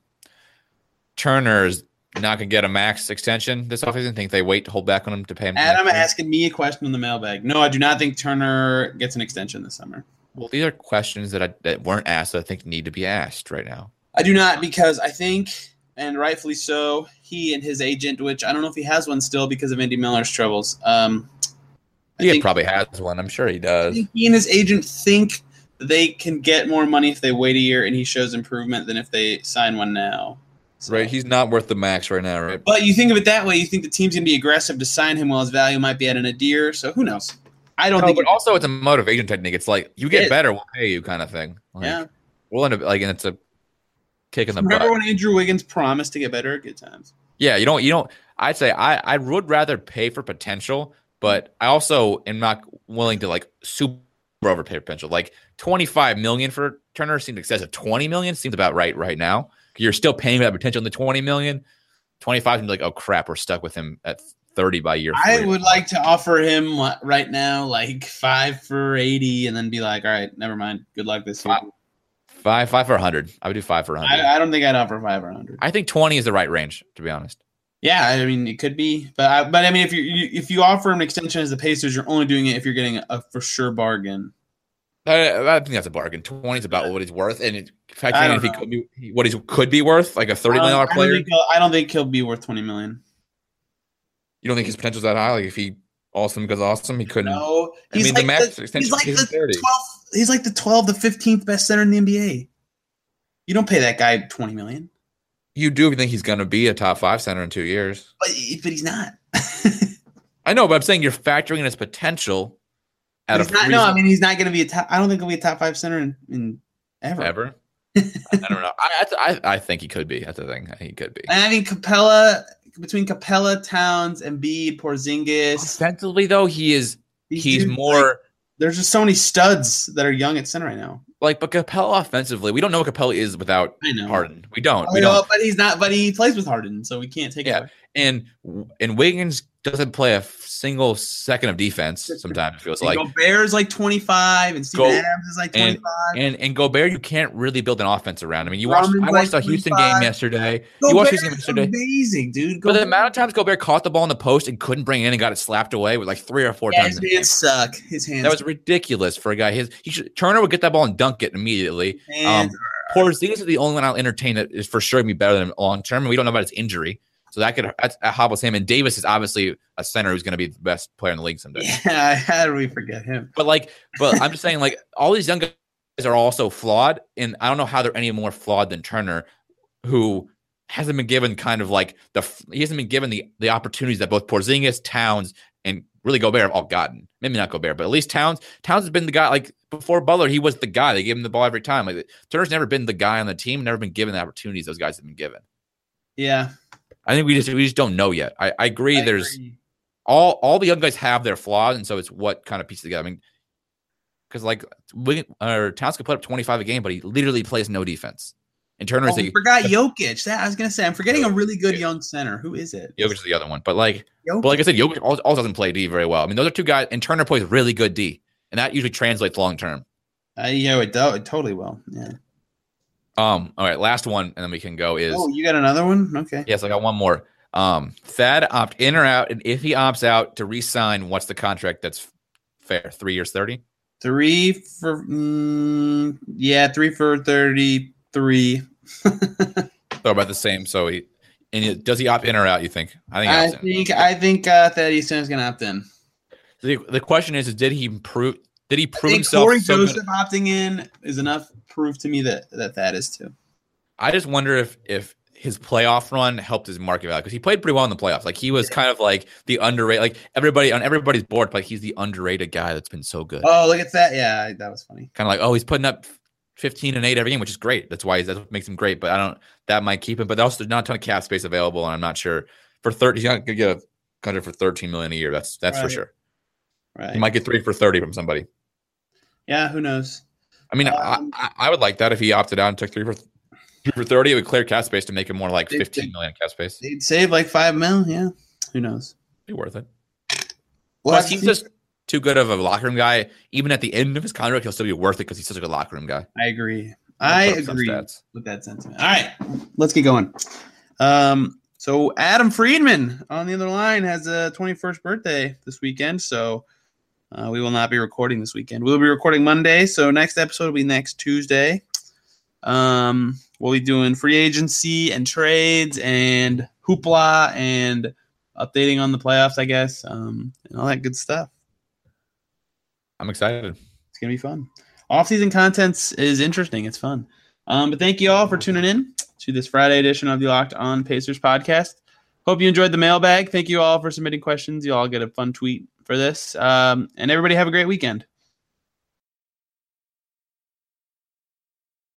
Speaker 3: Turner's not gonna get a max extension this offseason. Think they wait to hold back on him to pay him?
Speaker 2: Adam
Speaker 3: next year?
Speaker 2: asking me a question in the mailbag. No, I do not think Turner gets an extension this summer.
Speaker 3: Well, these are questions that I, that weren't asked that I think need to be asked right now.
Speaker 2: I do not because I think, and rightfully so, he and his agent, which I don't know if he has one still because of Andy Miller's troubles. Um, I
Speaker 3: He
Speaker 2: think-
Speaker 3: probably has one. I'm sure he
Speaker 2: I
Speaker 3: does.
Speaker 2: think he and his agent think they can get more money if they wait a year and he shows improvement than if they sign one now. So-
Speaker 3: Right? He's not worth the max right now, right?
Speaker 2: But you think of it that way, you think the team's gonna be aggressive to sign him while his value might be at an nadir. So who knows? I don't
Speaker 3: No,
Speaker 2: think.
Speaker 3: but also it's a motivation technique. It's like you get
Speaker 2: It-
Speaker 3: better, we'll pay you, kind of thing. Like,
Speaker 2: yeah.
Speaker 3: we'll end up like, and it's a kick in the
Speaker 2: Remember
Speaker 3: butt.
Speaker 2: when Andrew Wiggins promised to get better at good times?
Speaker 3: yeah, you don't, you don't. I'd say I, I would rather pay for potential, but I also am not willing to like super overpay for potential. Like twenty five million for Turner seems excessive. Twenty million seems about right right now. You're still paying for that potential in the twenty million. Twenty five and be like, oh crap, we're stuck with him at thirty by year.
Speaker 2: I
Speaker 3: three.
Speaker 2: would like to offer him li- right now like five for eighty, and then be like, all right, never mind. Good luck this year.
Speaker 3: Wow. five five for hundred. I would do five for hundred. I,
Speaker 2: I, I don't think I'd offer five or hundred.
Speaker 3: think twenty is the right range to be honest.
Speaker 2: Yeah, I mean it could be, but I, but I mean if you, you if you offer an extension as the Pacers, you're only doing it if you're getting a for sure bargain.
Speaker 3: I, I think that's a bargain. Twenty is about what he's worth, and it-
Speaker 2: I
Speaker 3: factoring in
Speaker 2: don't
Speaker 3: if he
Speaker 2: know.
Speaker 3: could be, what he could be worth, like a thirty million
Speaker 2: Um, I
Speaker 3: dollar
Speaker 2: don't- I don't
Speaker 3: player.
Speaker 2: think he'll- I don't think he'll be worth twenty million.
Speaker 3: You don't think his potential's that high? Like if he awesome goes awesome, he couldn't.
Speaker 2: No,
Speaker 3: I
Speaker 2: he's
Speaker 3: mean,
Speaker 2: like
Speaker 3: the max
Speaker 2: he's
Speaker 3: extension
Speaker 2: like
Speaker 3: is
Speaker 2: the
Speaker 3: 30.
Speaker 2: twelfth. He's like the twelve, the fifteenth best center in the NBA. You don't pay that guy twenty million,
Speaker 3: You do think he's going to be a top five center in two years.
Speaker 2: but but he's not.
Speaker 3: I know, but I'm saying you're factoring in his potential out
Speaker 2: he's
Speaker 3: of
Speaker 2: not, no, I mean he's not going to be a top. I don't think he'll be a top five center in, in ever.
Speaker 3: ever. I don't know. I, I, I- I think he could be. That's the thing. I think he could be.
Speaker 2: And I think Capella between Capella, Towns, and Bede, Porzingis.
Speaker 3: Offensively, though, he is.
Speaker 2: these
Speaker 3: He's
Speaker 2: dudes, like,
Speaker 3: more
Speaker 2: there's just so many studs that are young at center right now.
Speaker 3: like, but Capella offensively, we don't know what Capella is without
Speaker 2: I know.
Speaker 3: Harden. We don't.
Speaker 2: I
Speaker 3: We
Speaker 2: know,
Speaker 3: don't.
Speaker 2: but he's not. But he plays with Harden, so we can't take it
Speaker 3: Yeah.
Speaker 2: away.
Speaker 3: And and Wiggins doesn't play a single second of defense. Sometimes it feels like
Speaker 2: Gobert's like 25, and Steven
Speaker 3: Go-
Speaker 2: Adams is like
Speaker 3: and-
Speaker 2: 25.
Speaker 3: And and Gobert, you can't really build an offense around. I mean, you watched.
Speaker 2: Drummond's
Speaker 3: I watched
Speaker 2: like
Speaker 3: a Houston
Speaker 2: 35.
Speaker 3: game yesterday. You watched Houston game
Speaker 2: Gobert's
Speaker 3: yesterday.
Speaker 2: amazing, dude.
Speaker 3: But the
Speaker 2: Gobert-
Speaker 3: amount of times Gobert caught the ball in the post and couldn't bring it in and got it slapped away with like three or four
Speaker 2: yeah, his
Speaker 3: times. in the game.
Speaker 2: hands suck. His hands.
Speaker 3: That was ridiculous for a guy. His he should, Turner would get that ball and dunk it immediately.
Speaker 2: his
Speaker 3: Um,
Speaker 2: hands
Speaker 3: Porzingis is the only one I'll entertain that is for sure gonna be better than him long term. And we don't know about his injury, so that could that, that hobbles him. And Davis is obviously a center who's going to be the best player in the league someday.
Speaker 2: yeah, how do we forget him?
Speaker 3: But like, but I'm just saying, like, all these young guys are also flawed, and I don't know how they're any more flawed than Turner, who hasn't been given kind of like the he hasn't been given the the opportunities that both Porzingis, Towns, and really Gobert have all gotten. Maybe not Gobert, but at least Towns. Towns has been the guy. Like before Butler, he was the guy. They gave him the ball every time. Like Turner's never been the guy on the team. Never been given the opportunities those guys have been given.
Speaker 2: Yeah,
Speaker 3: I think we just we just don't know yet. I, I agree.
Speaker 2: I
Speaker 3: there's
Speaker 2: agree.
Speaker 3: all all the young guys have their flaws, and so it's what kind of piece together. I mean, because like Wiggin, or Towns could put up 25 a game, but he literally plays no defense. And Turner's
Speaker 2: Oh, I
Speaker 3: the
Speaker 2: forgot Jokic. That I was gonna say. I'm forgetting a really good
Speaker 3: Jokic.
Speaker 2: young center. Who is it?
Speaker 3: Oh, Jokic is the other one, but like
Speaker 2: Jokic.
Speaker 3: But like I said, Jokic also also doesn't play D very well. I mean, those are two guys, and Turner plays really good D, and that usually translates long term.
Speaker 2: Uh, yeah, it, do- it totally will. Yeah.
Speaker 3: Um, all right, last one, and then we can go is
Speaker 2: Oh, you got another one? Okay.
Speaker 3: yes, I got one more. Um, Thad opt in or out, and if he opts out to re-sign, what's the contract that's fair? Three years, thirty.
Speaker 2: Three for mm, yeah, three for thirty-three.
Speaker 3: So about the same. So he and he- does he opt in or out? You think? I think. he
Speaker 2: I
Speaker 3: opts in.
Speaker 2: think I think uh, that Easton is gonna opt in.
Speaker 3: The, the question is, is did he improve? Did
Speaker 2: I
Speaker 3: he prove
Speaker 2: think
Speaker 3: himself?
Speaker 2: Corey
Speaker 3: so good-
Speaker 2: Joseph opting in is enough proof to me that that that is too.
Speaker 3: I just wonder if if his playoff run helped his market value because he played pretty well in the playoffs. Like he was kind of like the underrated, like everybody on everybody's board, but he's the underrated guy that's been so good.
Speaker 2: Oh, look at that! Yeah, that was funny.
Speaker 3: Kind of like oh, he's putting up fifteen and eight every game, which is great. That's why he's, that's what makes him great. But I don't that might keep him. But also there's not a ton of cap space available, and I'm not sure for thirty. He's not gonna get a contract for thirteen million a year. That's that's for
Speaker 2: Right.
Speaker 3: sure.
Speaker 2: Right?
Speaker 3: He might get three for thirty from somebody.
Speaker 2: yeah. Who knows?
Speaker 3: I mean, I
Speaker 2: Um,
Speaker 3: I, I would like that if he opted out and took three for three for thirty. It would clear cap space to make him more like
Speaker 2: They- they-
Speaker 3: fifteen million cap space.
Speaker 2: They'd save like five mil. Yeah. Who knows?
Speaker 3: Be worth it.
Speaker 2: Well,
Speaker 3: Plus, he's just too good of a locker room guy. Even at the end of his contract, he'll still be worth it because he's such a good locker room guy.
Speaker 2: I agree.
Speaker 3: He'll
Speaker 2: I
Speaker 3: put up some
Speaker 2: agree.
Speaker 3: stats.
Speaker 2: with that sentiment. All right, let's get going. Um, so Adam Friedman on the other line has a 21st birthday this weekend, so uh, we will not be recording this weekend. We'll be recording Monday, so next episode will be next Tuesday. Um, we'll be doing free agency and trades and hoopla and updating on the playoffs, I guess, um, and all that good stuff.
Speaker 3: I'm excited.
Speaker 2: It's gonna be fun. Off-season contents is interesting. It's fun. Um, but thank you all for tuning in to this Friday edition of the Locked On Pacers podcast. Hope you enjoyed the mailbag. Thank you all for submitting questions. You all get a fun tweet for this. Um, and everybody have a great weekend.